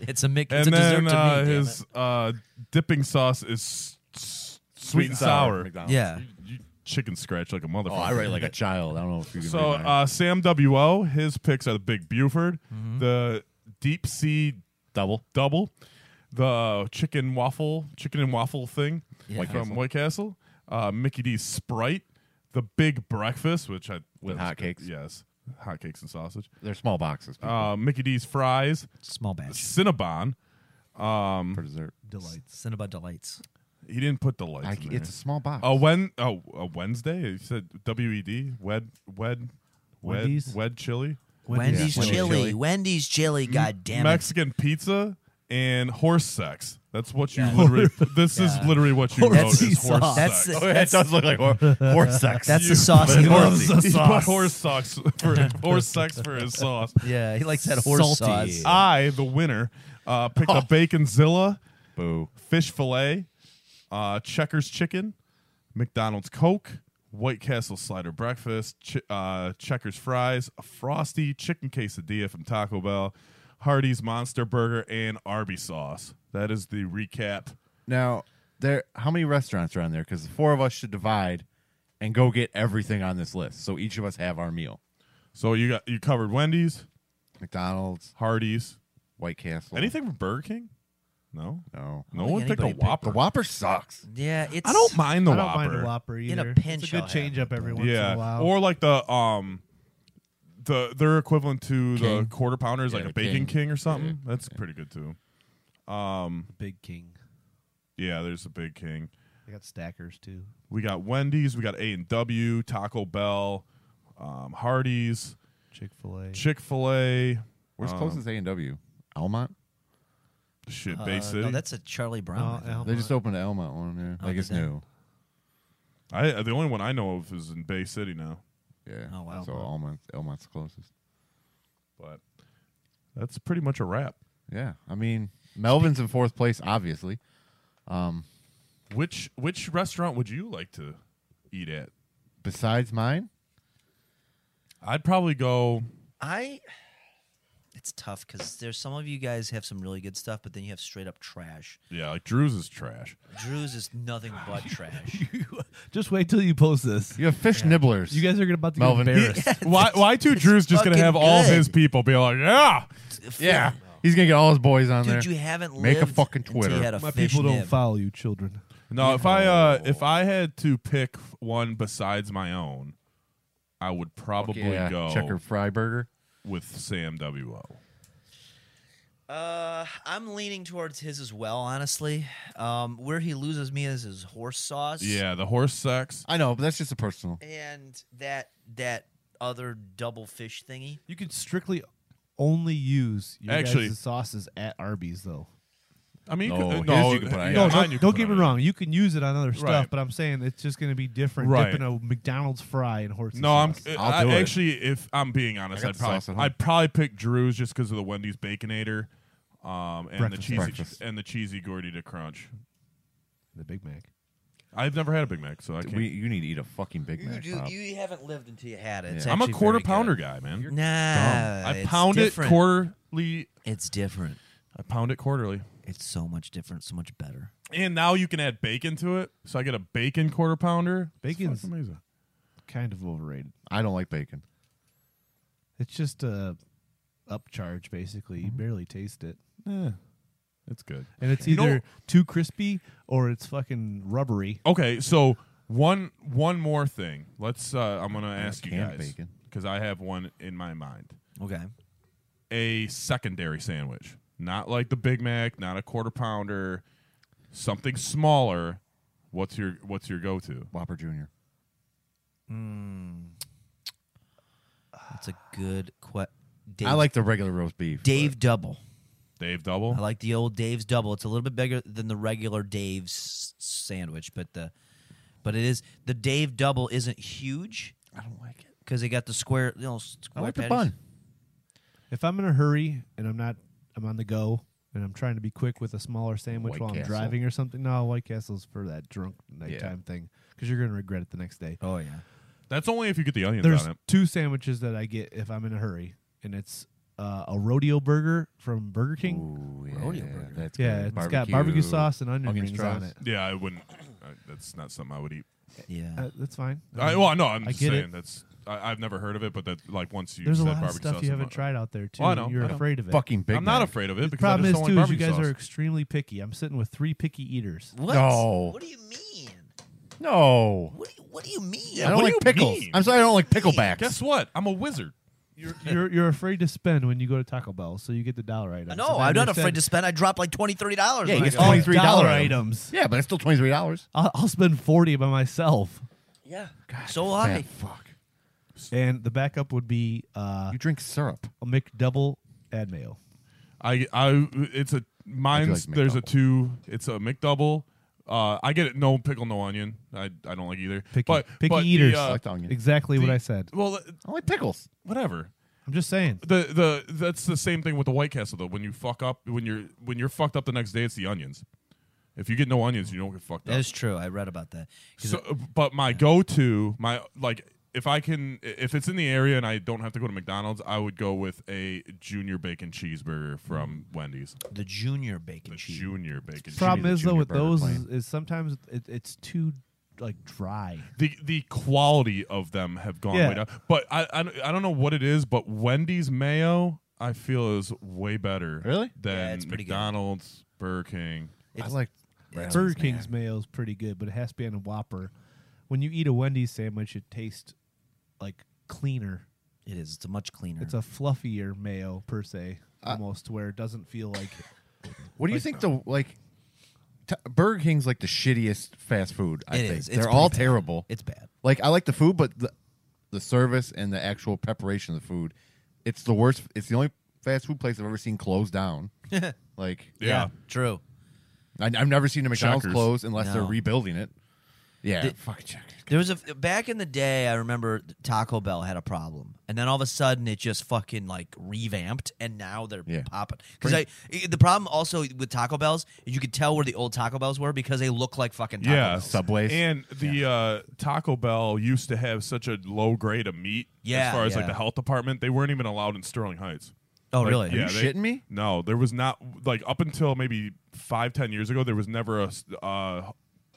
McNuggets. It's a Mc. It's And a dessert then to uh, me. damn his it. uh, dipping sauce is s- s- sweet and sour. McDonald's. Yeah. You chicken scratch like a motherfucker. Oh, I write like a child. I don't know if you can So read mine. uh, Sam W.O., his picks are the Big Buford, the Deep Sea double. Double, the Chicken Waffle, Chicken and Waffle thing Yeah. White from Castle. White Castle, uh, Mickey D's Sprite, the Big Breakfast, which I. With that was hotcakes. good. Yes. Hotcakes and sausage. They're small boxes people, Uh, Mickey D's Fries, Small batch. Cinnabon. for dessert. Delights. Cinnabon delights. He didn't put delights I, in there. it's a small box. Oh, when? Oh, a Wednesday. You said W E D. Wed. Wed. Wed. Wendy's? Wed chili. Wendy's Wendy's chili. chili. Wendy's chili. God damn it. Mexican pizza and horse sex. That's what you Yeah. literally. This is literally what you wrote. Is That's- horse that's- sex. Oh, yeah, it does look like hor- horse sex. That's You the sauce put he horse- loves. He put horse socks for horse sex for his sauce. Yeah, he likes that horse Salty. sauce. I, the winner, uh, picked up baconzilla, Boo. fish fillet, uh, Checkers chicken, McDonald's Coke, White Castle slider breakfast, ch- uh, Checkers fries, a frosty chicken quesadilla from Taco Bell, Hardee's monster burger, and Arby's sauce. That is the recap. Now, there. How many restaurants are on there? Because the four of us should divide and go get everything on this list. So each of us have our meal. So you got you covered Wendy's, McDonald's, Hardee's, White Castle. anything from Burger King? No, No. no think one picked a anybody picked Whopper. The Whopper sucks. Yeah, it's. I don't mind the I don't Whopper. mind a Whopper In either. a it's pinch, a I'll good change up every once in yeah, a while. or like the um, the their equivalent to the King. quarter pounder is Yeah, like a the Bacon King, King. or something. That's pretty good too. Big King. Yeah, there's a Big King. They got stackers too. We got Wendy's, we got A and W, Taco Bell, um, Hardee's, Chick Fil A. Chick Fil A. Um, Where's closest A and W? Elmont. Shit, Uh, Bay City. No, that's a Charlie Brown. I think. They just opened an Elmont one. Yeah. Oh, like it's did they? new. I the only one I know of is in Bay City now. Yeah. Oh, wow. So Elmont, Elmont's closest. But that's pretty much a wrap. Yeah. I mean, Melvin's in fourth place, obviously. Which which restaurant would you like to eat at? Besides mine, I'd probably go I it's tough because there's some of you guys have some really good stuff, but then you have straight up trash. Yeah, like Drew's is trash. Drew's is nothing but trash. Just wait till you post this. You have fish nibblers. You guys are about to get Melvin. embarrassed. Why? Why? Two Drew's just gonna fucking have all good. his people be like, yeah, yeah. He's gonna get all his boys on there. Dude, you haven't Make a lived fucking until you Twitter. had a My fish people don't nib. follow you, children. No, if I uh if I had to pick one besides my own, I would probably yeah. go Checker fry burger. with Sam W O. Uh, I'm leaning towards his as well, honestly. Um, where he loses me is his horse sauce. Yeah, the horse sex. I know, but that's just a personal. and that that other double fish thingy. You can strictly only use your Actually- guys' sauces at Arby's, though. I mean, you No, could, his no, you could put on yeah, your- No, No, mine don't, you could don't put get me on your- wrong. You can use it on other stuff, Right. but I'm saying it's just going to be different Right. dipping a McDonald's fry in horse No, I'm uh, sauce. i I'll do it. actually if I'm being honest, got I'd the sauce probably at home. I'd probably pick Drew's just because of the Wendy's Baconator, um, and Breakfast. the cheesy Breakfast. and the cheesy Gordy to crunch. the Big Mac. I've never had a Big Mac, so I can't. We, you need to eat a fucking Big You Mac. do, Bob. you haven't lived until you had it. It's Yeah. I'm a actually quarter very pounder good. guy, man. Nah, Oh, I it's pound different. it quarterly. It's different. I pound it quarterly. It's so much different, so much better. And now you can add bacon to it. So I get a bacon quarter pounder. Bacon's- It's fucking amazing. Kind of overrated. I don't like bacon. It's just a upcharge, basically. You barely taste it. Yeah, it's good. Mm-hmm. And it's You know- either too crispy or it's fucking rubbery. Okay, so one one more thing. Let's. Uh, I'm gonna ask you canned guys bacon. because I have one in my mind. Okay. A secondary sandwich, not like the Big Mac, not a quarter pounder, something smaller. What's your What's your go to? Whopper Jr. That's a good question. I like the regular roast beef. Dave Double. Dave Double. I like the old Dave's Double. It's a little bit bigger than the regular Dave's s- sandwich, but the but it is the Dave Double isn't huge but I don't like it. because they got the square, you know, square I like the patties. bun. If I'm in a hurry and I'm not, I'm on the go and I'm trying to be quick with a smaller sandwich White while I'm Castle. driving or something. No, White Castle's for that drunk nighttime thing because you're going to regret it the next day. Oh yeah. That's only if you get the onions There's on it. two sandwiches that I get if I'm in a hurry, and it's uh, a rodeo burger from Burger King. Ooh, Rodeo yeah, burger. That's Yeah, good. it's got barbecue sauce and onion onion rings on straws. it. Yeah, I wouldn't. I, that's not something I would eat. Yeah. Uh, that's fine. I, well, no, I'm I just get saying it. that's. I, I've never heard of it, but that like once you There's a said lot of barbecue stuff sauce, you I'm haven't not- tried out there too. Oh, I know, and you're I know. afraid of it. Fucking Big I'm not Mac. afraid of it because Problem I is just too don't like is you barbecue guys are sauce. extremely picky. I'm sitting with three picky eaters. What? No. What do you mean? No. What do you, what do you mean? I don't what do like you pickles. mean? I'm sorry, I don't like picklebacks. Guess what? I'm a wizard. You're, you're you're afraid to spend when you go to Taco Bell, so you get the dollar item. No, So then I'm not you said, afraid to spend. I dropped like $20, $30. Yeah, when you I get got twenty it. three dollar dollar items. Yeah, but that's still twenty three dollars. I'll, I'll spend forty by myself. Yeah. so I. fuck. And the backup would be uh, You drink syrup. a McDouble ad mayo. I I it's a mine's like there's a McDouble. two. It's a McDouble. Uh, I get it. No pickle, no onion. I, I don't like either. Picky, but picky but the, eaters. uh, I like the onion. Exactly what the- I said. well, uh, I like pickles. whatever. I'm just saying. The the that's the same thing with the White Castle though. When you fuck up, when you're when you're fucked up the next day, it's the onions. If you get no onions, you don't get fucked up. That is true. I read about that. 'Cause So, but my go-to, my like, if I can, if it's in the area and I don't have to go to McDonald's, I would go with a junior bacon cheeseburger from Wendy's. the junior bacon The cheese. junior bacon. cheese- Problem the is though junior with burger those plane. is, is sometimes it, it's too like dry. The the quality of them have gone Yeah. way down. But I, I don't- I don't know what it is, but Wendy's mayo I feel is way better. Really? Than Yeah, it's pretty good. McDonald's, Burger King. I It's- like Burger King's mayo is pretty good, but it has to be on a Whopper. When you eat a Wendy's sandwich, it tastes like cleaner. It is. It's a much cleaner. It's a fluffier mayo per se, almost where it doesn't feel like. What do you think the like t- Burger King's like the shittiest fast food? I It think is. It's they're all pretty bad. terrible. It's bad. like I like the food, but the, the service and the actual preparation of the food, it's the worst. It's the only fast food place I've ever seen close down. like Yeah. True. I, I've never seen a McDonald's Checkers. close unless they're No. rebuilding it. Yeah, Did- fuck checkers. There was a back in the day. I remember Taco Bell had a problem, and then all of a sudden it just fucking like revamped, and now they're Yeah. popping. Because I i- the problem also with Taco Bells, is you could tell where the old Taco Bells were because they look like fucking Taco Yeah, Bells. Subways. And the uh, Taco Bell used to have such a low grade of meat Yeah, as far as yeah. like the health department. They weren't even allowed in Sterling Heights. Oh, Like, really? Yeah, you they- shitting me? No, there was not like up until maybe five, ten years ago. There was never a s- uh,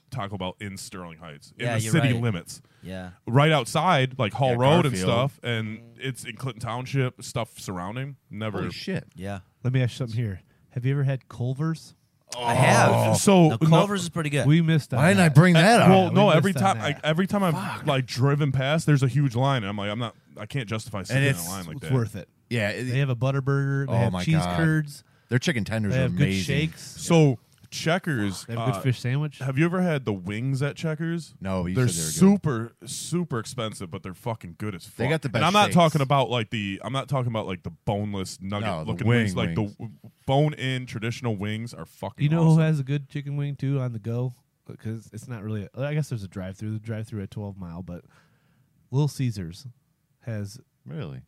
Taco Bell in Sterling Heights in Yeah, the you're city right. limits. Yeah. Right outside, like Hall Yeah, Road and Garfield. stuff, and it's in Clinton Township stuff surrounding. Never. Holy shit. Yeah. Let me ask you something here. Have you ever had Culver's? I have. So, now, no- Culver's is pretty good. We missed. on Why didn't I that. bring that up? Uh, Well, we no. missed Every on time, I, that. every time I've like driven past, there's a huge line, and I'm like, I'm not, I can't justify sitting in a it's- line like it's that. worth it. yeah, it- They have a butter burger. They Oh have my cheese God. curds. their chicken tenders They are have good amazing. shakes. So, Checkers, They have uh, a good fish sandwich. Have you ever had the wings at Checkers? No, you they're said they were super, good. super expensive, but they're fucking good as fuck. They got the And best I'm not shakes. talking about like the. I'm not talking about like the boneless nugget No, the looking wings. Like wing the w- bone-in traditional wings are fucking. You know awesome. who has a good chicken wing too on the go? Because it's not really. I guess there's a drive-through. The drive-through at Twelve Mile, but Little Caesars has Really?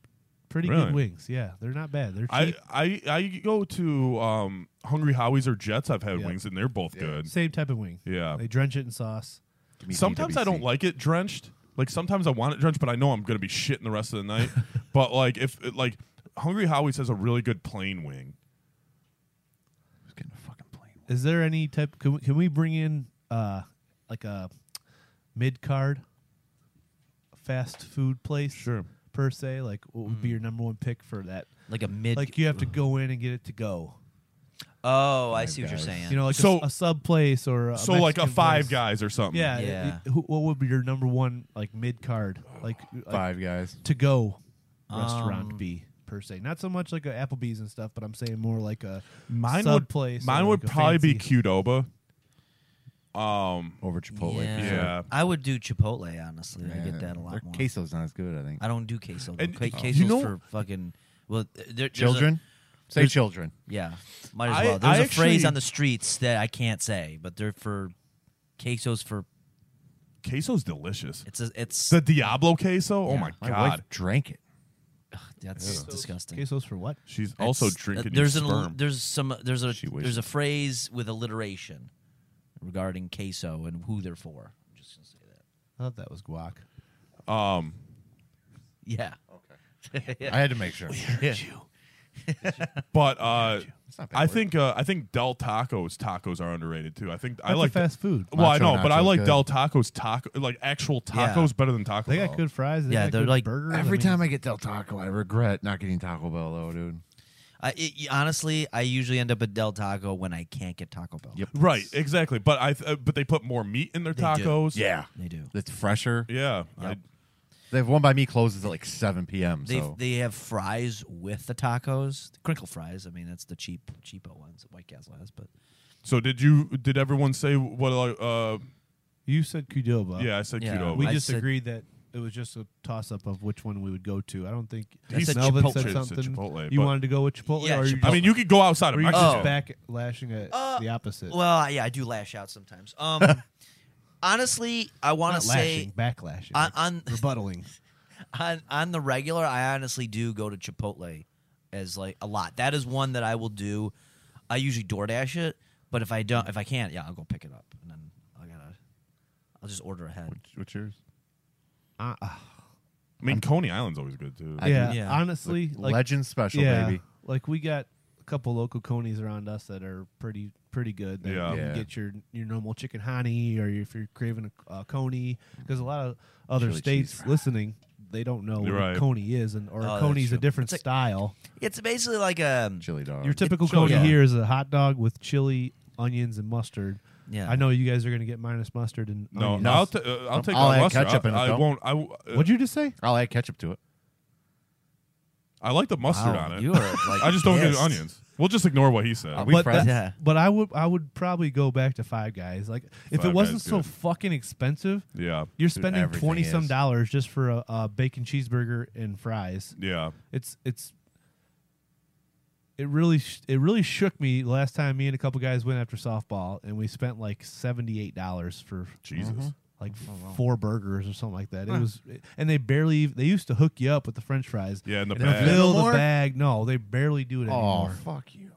pretty Really? good wings. Yeah, they're not bad. They're I, cheap. I I go to um, Hungry Howie's or Jets. I've had Yeah. wings, and they're both good. Same type of wing. Yeah. they drench it in sauce. Give me Sometimes I DWC. don't like it drenched. Like sometimes I want it drenched, but I know I'm gonna be shitting the rest of the night. but like if like Hungry Howie's has a really good plain wing. Just getting a fucking plane. Is there any type? Can we, can we bring in uh like a mid card fast food place? Sure. Mm. Per se, like what would be your number one pick for that? like a mid. Like you have to go in and get it to go. oh, I see what you're guys. saying. You know, like a- So- a, sub place or a so like a Mexican Five place. Guys or something. Yeah. it- Yeah. it- who, what would be your number one like mid card like, Five guys. to go restaurant be per se? Not so much like a Applebee's and stuff, but I'm saying more like a Mine sub would place. or Mine like would a probably be fancy- Qdoba. Um, Over Chipotle. Yeah. Yeah. I would do Chipotle, honestly. I get that a Their lot more. queso's not as good, I think. I don't do queso. Though. And Ca- you queso's know- for fucking. Well, there- there's a- Children? Say there's- children. yeah, might as I- well. I There's a phrase actually- on the streets that I can't say, but they're for quesos for Queso's delicious. it's a, it's The Diablo queso. Oh Yeah. my My wife god. drank it. that's disgusting. Quesos for what? She's also That's- drinking uh, there's your al- sperm. there's some there's a She wishes. there's a phrase with alliteration regarding queso and who they're for. I'm just gonna say that. I thought that was guac. Yeah. I had to make sure. but uh not bad I word. think uh, I think Del Tacos tacos are underrated too. I think I That's a like the- fast food. Well, I Nacho know, but I Nacho's like good. Del Tacos taco like actual Yeah. tacos better than Taco They Bell. got good fries. They Yeah, got they're good like- burger. Every I mean, time I get Del Taco, I regret not getting Taco Bell, though, dude. I it, honestly I usually end up at Del Taco when I can't get Taco Bell. Yep. Right, exactly. But I th- uh, but they put more meat in their They do. tacos. Yeah. They do. It's fresher. Yeah. Yep. They have one by me closes at like 7 p.m. They So. they have fries with the tacos, crinkle fries. I mean, that's the cheap cheapo ones that White Castle has. But so did you did everyone say what uh you said Qdoba. yeah, I said Yeah. Qdoba. we I just said- agreed that it was just a toss up of which one we would go to. I don't think I said Melvin Chipotle. said Said something. Chipotle, you but- wanted to go with Chipotle, Yeah, or you Chipotle. I mean, you could go outside of were you Mexico. just Oh. back lashing at Uh, the opposite? well, yeah, I do lash out sometimes. Um, honestly, I want to Not say lashing, backlashing, on on, rebuttaling. on on the regular, I honestly do go to Chipotle as like a lot. That is one that I will do. I usually DoorDash it, but if I don't, if I can't, yeah, I'll go pick it up, and then I gotta, I'll just order ahead. What's yours? Uh, uh, I mean, Coney Island's always good too. I- yeah, yeah. honestly, like Legend special, yeah, baby. like we got a couple local conies around us that are pretty pretty good. that Yeah. you can Yeah. get your your normal chicken honey, or if you're craving a uh, coney, because a lot of other Chili cheese states fries. listening, they don't know You're what right. a coney is, and or Oh, a that's coney's a true. different It's like- style. It's basically like um, a Chili dog. Your typical chili coney dog. here is a hot dog with chili, onions, and mustard. Yeah. I know you guys are going to get minus mustard and no, onions. no, I'll, t- uh, I'll take I'll that add mustard. ketchup I, in it, I though. won't. I w- uh, What'd you just say? I'll add ketchup to it. I like the mustard Wow, on it. You are like I just don't get pissed. onions. We'll just ignore what he said. Are we but friends? Yeah. but I would I would probably go back to Five Guys. Like if Five it wasn't Guys, so good. fucking expensive, yeah, you're spending everything twenty some is. dollars just for a, a bacon cheeseburger and fries. yeah. It's it's it really sh- it really shook me the last time me and a couple guys went after softball and we spent like seventy eight dollars for Jesus. Mm-hmm. like Oh, four burgers or something like that. It was and they barely ev- they used to hook you up with the French fries. Yeah, in the They'll bag. fill the Anymore? bag. No, they barely do it Oh, anymore. fuck you.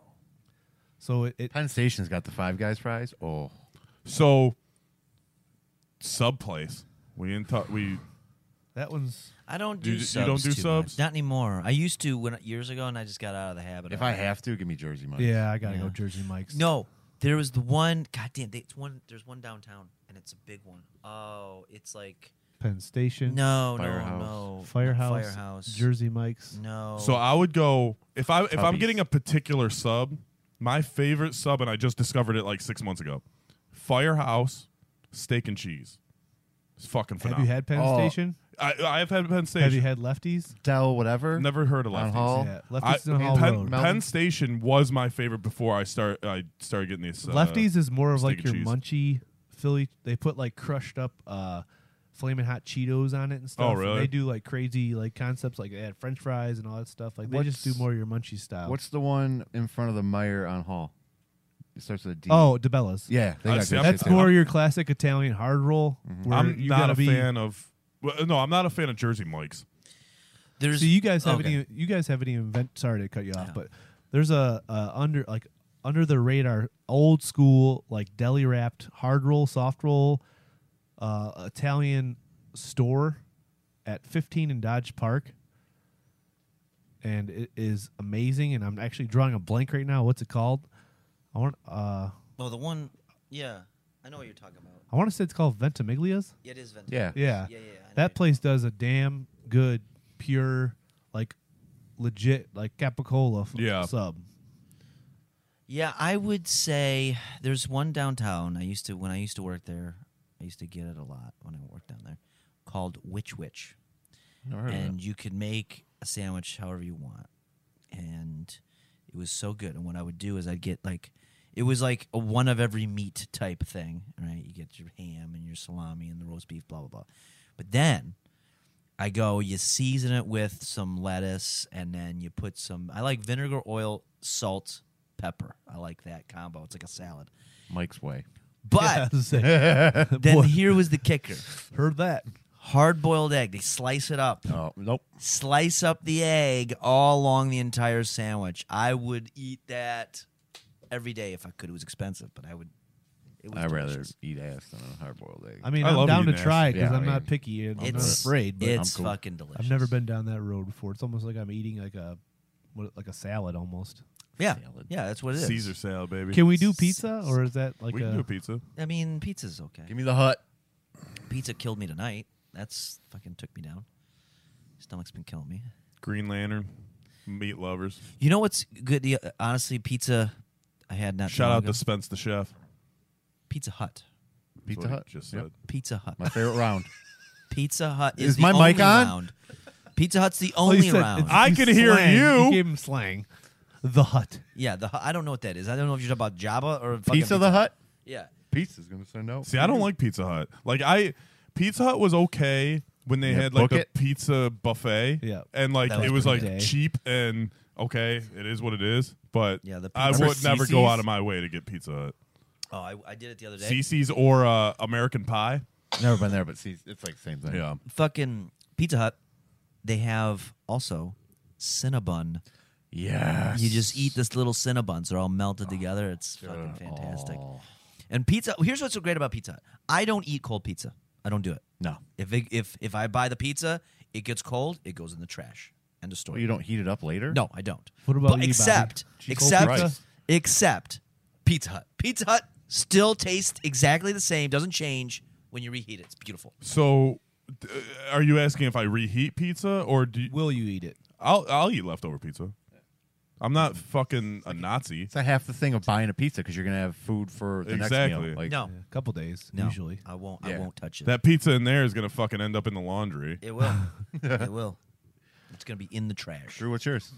So it, it Penn Station's got the Five Guys fries. Oh. So, sub place. We in t- we That one's I don't do You d- you subs. don't do too subs? Much. Not anymore. I used to when years ago, and I just got out of the habit. If of I it. have to, give me Jersey Mike's. yeah. I gotta Yeah. go Jersey Mike's. No, there was the one. Goddamn, they- it's one. There's one downtown, and it's a big one. Oh, it's like Penn Station. no, Firehouse. no, no. Firehouse. Firehouse. Jersey Mike's. No. So uh, I would go if I if I'm Tubbies. getting a particular sub, my favorite sub, and I just discovered it like six months ago. Firehouse steak and cheese. It's fucking Have phenomenal. you had Penn Oh, Station? I, I've had Penn Station. Have you had Lefties? Dell, whatever. Never heard of Town Lefties. Hall. Oh. yeah, I, Lefties in Hall Penn, Road. Mel- Penn Station was my favorite before I start. I started getting these. Uh, Lefties is more of steak like and your cheese. munchy Philly. They put like crushed up uh flaming hot Cheetos on it and stuff. and Oh, really? they do like crazy like concepts like they had French fries and all that stuff. Like they just do What's- more your munchy style. What's the one in front of the Meyer on Hall? It starts with a D. oh DeBella's? yeah, they I got see, I'm- good shit That's there. more your classic Italian hard roll. Mm-hmm. where I'm you not gotta a be, fan of. Well, no, I'm not a fan of Jersey Mike's. there's So you guys haven't okay. even you guys haven't even invent, sorry to cut you off, Yeah. but there's a, a under like under the radar old school like deli wrapped hard roll soft roll uh, Italian store at 15 in Dodge Park, and it is amazing. And I'm actually drawing a blank right now. What's it called? I want uh Oh, the one. Yeah, I know what you're talking about. I want to say it's called Ventimiglia's. It is Ventura. Yeah. Yeah. Yeah, yeah, I know That you- place does a damn good, pure, like legit, like capicola f- Yeah. sub. Yeah, I would say there's one downtown. I used to when I used to work there. I used to get it a lot when I worked down there, called Witch Witch, Never heard of and it. you could make a sandwich however you want, and it was so good. And what I would do is I'd get like, it was like a one of every meat type thing, right? You get your ham and your salami and the roast beef, blah blah blah. But then I go, you season it with some lettuce, and then you put some. I like vinegar, oil, salt, pepper. I like that combo. It's like a salad. Mike's way. But Yeah. then here was the kicker: Heard that. hard boiled egg. They slice it up, Oh nope. slice up the egg all along the entire sandwich. I would eat that every day if I could. It was expensive, but I would. It was I'd rather delicious. eat ass than a hard boiled egg. I mean, I I am love down to eating ass. try it because Yeah, I'm I not mean, picky and I'm not It's afraid. But it's cool. fucking delicious. I've never been down that road before. It's almost like I'm eating like a what, like a salad almost. Yeah, Salad. yeah, that's what it is. Caesar salad, baby. Can we do pizza or is that like uh, we can a do pizza. I mean, pizza's okay. give me the hut. pizza killed me tonight. That's fucking took me down. Stomach's been killing me. Green Lantern, meat lovers. You know what's good? The- Honestly, pizza I had not. too Shout long out ago. to Spence the chef. Pizza Hut. That's Pizza what he Hut. just Yep. said. Pizza Hut. My favorite round. Pizza Hut is, Is the my only mic on? Round. Pizza Hut's the Well, Oh, you only said round. it's- I you can hear slang. you. You gave him slang. The hut. yeah, the Hut- I don't know what that is. I don't know if you're talking about Java or fucking Pizza the Hut. Yeah, Pizza's gonna send out. See, I don't like Pizza Hut. Like I, Pizza Hut was okay when they Yeah, had like book the it. pizza buffet. Yeah. and like That it was was like pretty good. cheap and okay. It is what it is. But Yeah, the I pizza- would never Remember go CC's? out of my way to get Pizza Hut. Oh, I, I did it the other day. CC's or uh, American Pie. Never been there, but see, it's like the same thing. Yeah, fucking Pizza Hut. They have also Cinnabon. Yes. You just eat this little Cinnabuns. They're all melted together. It's fucking fantastic. Oh. And pizza. Here's what's so great about Pizza Hut. I don't eat cold pizza. I don't do it. No. If it, if if I buy the pizza, it gets cold. It goes in the trash. End of Well, story. you don't heat it up later. No, I don't. What about But you, Bobby? except Cheese except cold pizza? except Pizza Hut. Pizza Hut still tastes exactly the same. Doesn't change when you reheat it. It's beautiful. So, d- are you asking if I reheat pizza or do you, Will you eat it? I'll I'll eat leftover pizza? I'm not fucking a Nazi. It's like half the thing of buying a pizza because you're gonna have food for the next Exactly. meal. Like, No, Yeah, a couple days no, usually. I won't. I Yeah. won't touch it. That pizza in there is gonna fucking end up in the laundry. it will. it will. It's gonna be in the trash. Drew, what's yours?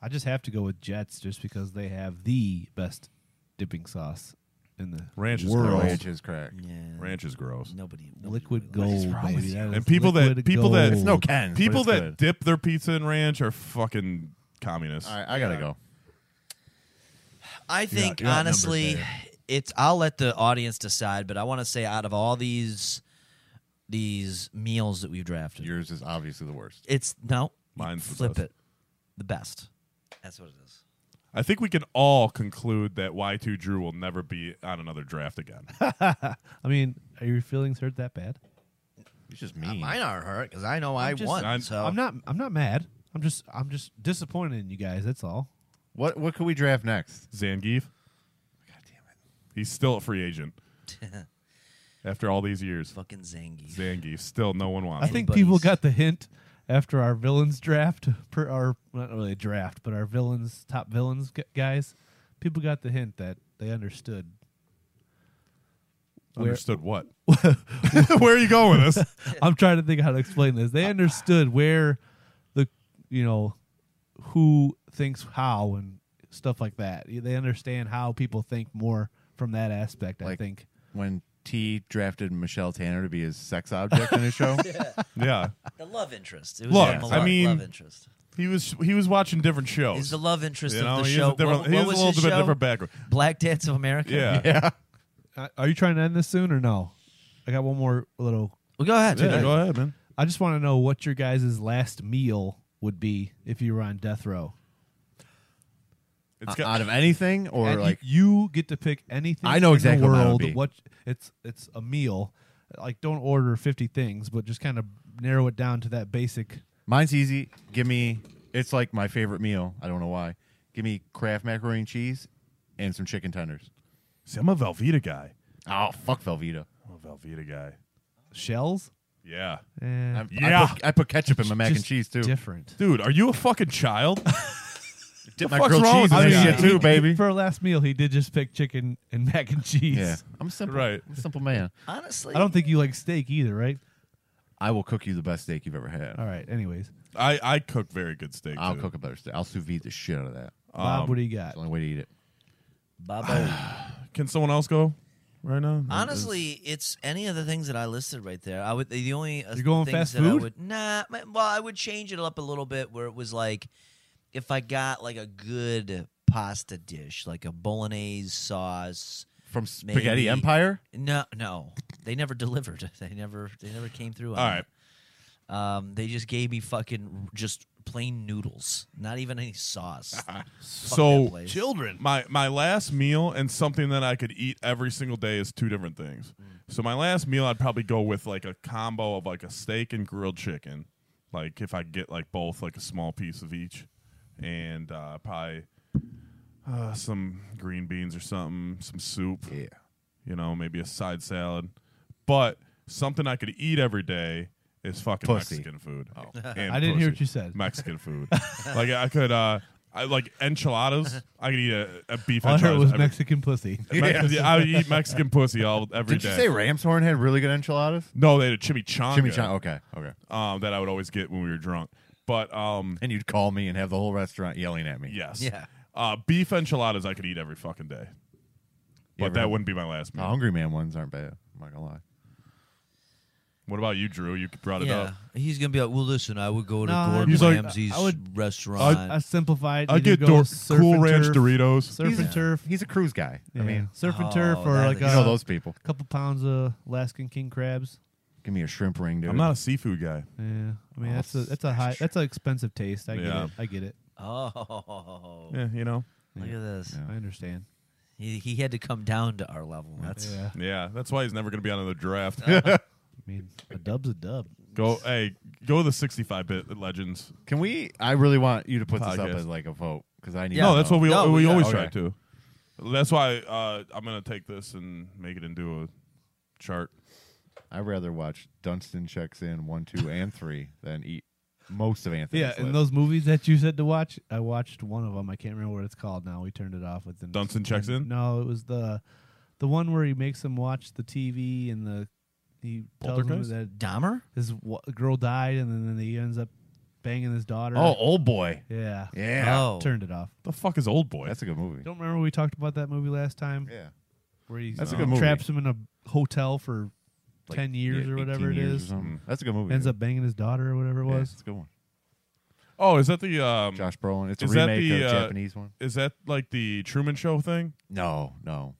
I just have to go with Jets just because they have the best dipping sauce in the Ranch is Ranch gross. is crack. Yeah. Ranch is gross. Nobody. nobody liquid really likes gold, wrong with baby. you? That is And people that liquid people that gold. no cans, but People it's that good. dip their pizza in ranch are fucking communists. All right, I gotta go. I think you're outnumbered honestly, there. it's. I'll let the audience decide, but I want to say out of all these these meals that we've drafted, Yours is obviously the worst. it's no. you Mine's the flip best. it, the best. That's what it is. I think we can all conclude that Y2 Drew will never be on another draft again. I mean, are your feelings hurt that bad? He's just mean. Mine aren't hurt because I know i just- won. I'm- so I'm not. I'm not mad. I'm just. I'm just disappointed in you guys. That's all. What what could we draft next? Zangief. God damn it. He's still a free agent after all these years. fucking Zangief. Zangief. Still, no one wants. I think Anybody's- people got the hint after our villains draft, per our not really a draft, but our villains top villains gu- guys. People got the hint that they understood. him. understood what? Where are you going with this? I'm trying to think how to explain this. They understood where the you know who thinks how and stuff like that. They understand how people think more from that aspect. I Like- think. When T drafted Michelle Tanner to be his sex object in his show, Yeah, The love interest. It was Look, him, a I lot- mean- love interest. he was he was watching different shows. Is the love interest you know, of the he show? has a different, what, he what has was a little his bit show? different background. Black Dance of America. Yeah, Uh, Are you trying to end this soon or no? I got one more little Well, go ahead. Yeah, go ahead, man. I just want to know what your guys' last meal would be if you were on death row. Uh, It's got, out of anything or And you- like you get to pick anything. I know in exactly the what mine would world. be. What it's it's a meal. Like don't order fifty things, but just kind of narrow it down to that basic. mine's easy. Give me it's like my favorite meal. I don't know why. Give me Kraft macaroni and cheese and some chicken tenders. see, I'm a Velveeta guy. Oh fuck Velveeta. I'm a Velveeta guy. Shells. Yeah, I, Eh, I, Yeah. put, I put ketchup in my mac and just cheese too. Different. dude, are you a fucking child? Dip fuck's wrong with in this that guy? shit too, baby. For our last meal, he did just pick chicken and mac and cheese. Yeah, I'm simple. Right. I'm a simple man. Honestly, I don't think you like steak either, right? I will cook you the best steak you've ever had. All right. Anyways, I I cook very good steak. I'll too. cook a better steak. I'll sous vide the shit out of that. Bob, what do you got? That's the only way to eat it. Babo. Can someone else go right now? Honestly, it's any of the things that I listed right there. I would the only uh, You're going things fast that food? I would nah. my- Well, I would change it up a little bit where it was like if I got like a good pasta dish, like a bolognese sauce. From Spaghetti Maybe- Empire? No, no, they never delivered. They never, they never came through. On All right. that. Um, they just gave me fucking just plain noodles, not even any sauce. Fuck So, that place. Children. My my last meal and something that I could eat every single day is two different things. Mm. So my last meal I'd probably go with like a combo of like a steak and grilled chicken. Like if I get like both like a small piece of each and uh probably uh, some green beans or something, some soup. Yeah. You know, maybe a side salad. But something I could eat every day is fucking Pussy. Mexican food. Oh. I didn't hear what you said. Mexican food. like I could, uh, I like enchiladas. I could eat a, a beef All I heard enchilada. was Mexican pussy. I would eat Mexican pussy all every Did day. you say Ram's Horn had really good enchiladas? no, they had a chimichanga. Jimmy Chon. Okay. Okay. Um, that I would always get when we were drunk. But um, And you'd call me and have the whole restaurant yelling at me. yes, Yeah. uh, beef enchiladas I could eat every fucking day. You But ever that had- wouldn't be my last The meal. Hungry Man ones aren't bad. I'm not going to lie. What about you, Drew? You brought it Yeah, up. he's gonna be like, well, listen, I would go to No, Gordon He's like, Ramsay's I would- restaurant. I simplified. I You get go Dor- surf Cool and Ranch turf. Doritos. Surf and Yeah. turf. He's a cruise guy. I mean, surf and Oh, turf or that like is- you a know those people. couple pounds of Alaskan king crabs. Give me a shrimp ring, dude. I'm not a seafood guy. Yeah, I mean that's a that's a high that's an expensive taste. I get Yeah. it. I get it. oh, Yeah, you know. look at this. I understand. He, he had to come down to our level. That's Yeah, Yeah, that's why he's never going to be on another draft. I mean a dub's a dub. go, hey, go to the 65 bit legends. Can we? I really want you to put this up Podcast. as like a vote because I need. Yeah. to No, that's know. what we No, we yeah. always Okay. try to. That's why uh, I'm gonna take this and make it into a chart. I'd rather watch Dunstan checks in one, two, and three than eat most of Anthony's. Yeah, and list. those movies that you said to watch, I watched one of them. I can't remember what it's called now. We turned it off with the Dunstan checks in? No, it was the the one where he makes him watch the TV and the he tells him Poltergeist? that Dahmer. his wa- girl died and then, then he ends up banging his daughter. Oh, old boy. yeah, Yeah, Oh, Turned it off. The fuck is Old Boy? that's a good movie. Don't remember we talked about that movie last time Yeah, where he That's a uh, good movie. traps him in a hotel for Like, ten years yeah, or whatever 18 it years or is. something. Mm. That's a good movie. Ends dude. up banging his daughter or whatever it Yeah, was. it's a good one. oh, is that the um, Josh Brolin. It's a Is that remake the, of a uh, Japanese one. is that like the Truman Show thing? No, no.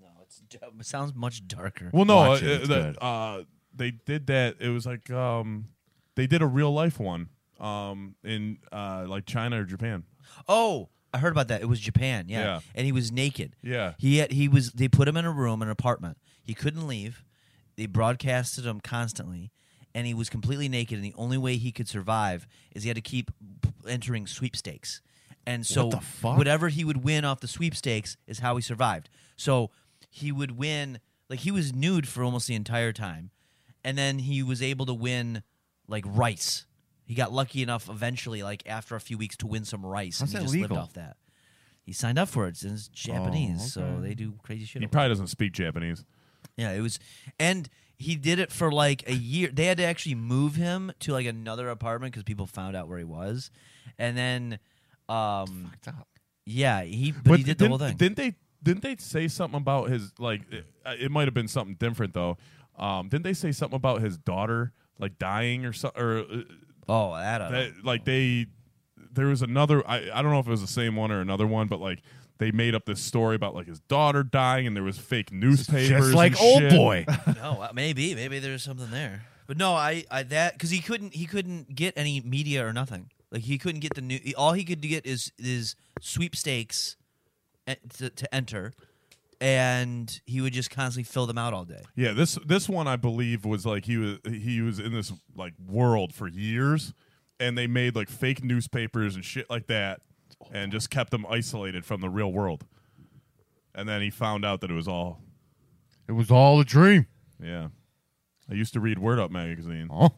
No, it's d- it sounds much darker. Well, no, Watch uh, it, it's the- good. uh, they did that. It was like um, they did a real life one um, in uh, like China or Japan. Oh, I heard about that. It was Japan. Yeah. Yeah. and he was naked. Yeah. he had, he was. They put him in a room, an apartment. He couldn't leave. They broadcasted him constantly. and he was completely naked, and the only way he could survive is he had to keep p- entering sweepstakes. And so the fuck? whatever he would win off the sweepstakes is how he survived. So he would win like he was nude for almost the entire time, and then he was able to win like rice. He got lucky enough eventually, like after a few weeks, to win some rice, How's and that he just legal? lived off that. He signed up for it. and It's Japanese, so they do crazy shit. He over probably doesn't speak Japanese. yeah, it was, and he did it for like a year. They had to actually move him to like another apartment because people found out where he was, and then, um, Stop. yeah, he but, But he did the didn't, whole thing. Didn't they? Didn't they say something about his like? It, it might have been something different though. Um, didn't they say something about his daughter like dying or something? Or uh, oh, that, I don't know. that, like they there was another I, I don't know if it was the same one or another one but like they made up this story about like his daughter dying and there was fake newspapers Just like and old shit. boy. no, uh, maybe maybe there's something there. But no, I, I that because he couldn't he couldn't get any media or nothing. Like he couldn't get the new. All he could get is is sweepstakes, eh, to, to enter, and he would just constantly fill them out all day. yeah this this one I believe was like he was he was in this like world for years and they made like fake newspapers and shit like that and just kept them isolated from the real world and then he found out that it was all It was all a dream. yeah I used to read Word Up magazine Huh?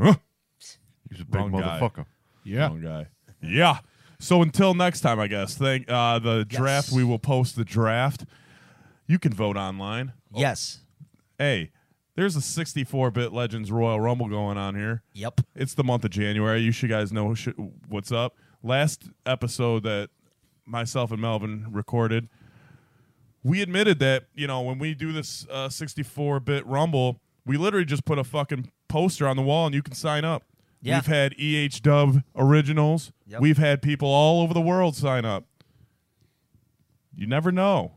Huh? He's a big Wrong guy. motherfucker. Yeah. guy. Yeah. So until next time, I guess. Thank uh, the draft. We will post the draft. You can vote online. Yes. Hey, there's a 64-bit Legends Royal Rumble going on here. Yep. It's the month of January. You should guys know sh- what's up. Last episode that myself and Melvin recorded, we admitted that you know when we do this uh, 64-bit Rumble, we literally just put a fucking poster on the wall and you can sign up. Yeah. We've had EH Dub originals. Yep. We've had people all over the world sign up. You never know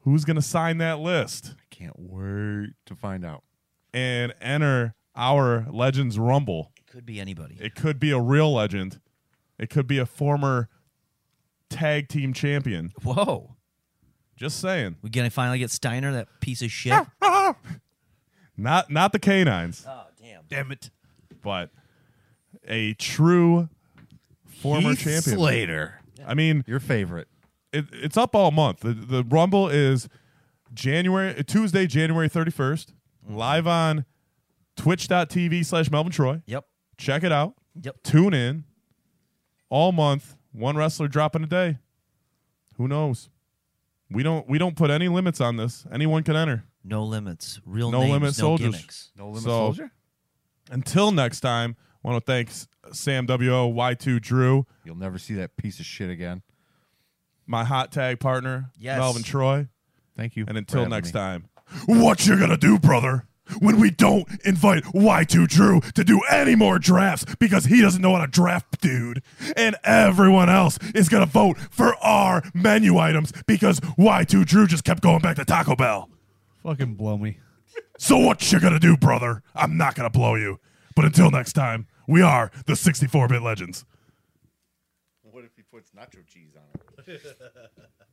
who's going to sign that list I can't wait to find out. and enter our Legends Rumble. Could be anybody. It could be a real legend. It could be a former tag team champion. Whoa. Just saying. We're gonna finally get Steiner, that piece of shit. Not not the canines, oh damn. Damn it. but a true former Heath champion. Slater. I mean, Your favorite. it, it's up all month. The, the Rumble is January Tuesday, January 31st, live on twitch.tv slash Melvin Troy. Yep. Check it out. Yep. Tune in all month. One wrestler dropping a day. Who knows? We don't we don't put any limits on this. Anyone can enter. No limits. Real No names. limit no soldiers. gimmicks. No Limit So- Soldier? Until next time, want to thank S- Sam WO Y2 Drew, You'll never see that piece of shit again. my hot tag partner, Yes. Melvin Troy. Thank you. And for until having next me. time, what you gonna do, brother? When we don't invite Y2 Drew to do any more drafts because he doesn't know how to draft, dude. And everyone else is gonna vote for our menu items because Y2 Drew just kept going back to Taco Bell. Fucking blow me. So what you gonna do, brother? I'm not gonna blow you. But until next time, we are the 64-bit legends. What if he puts nacho cheese on it?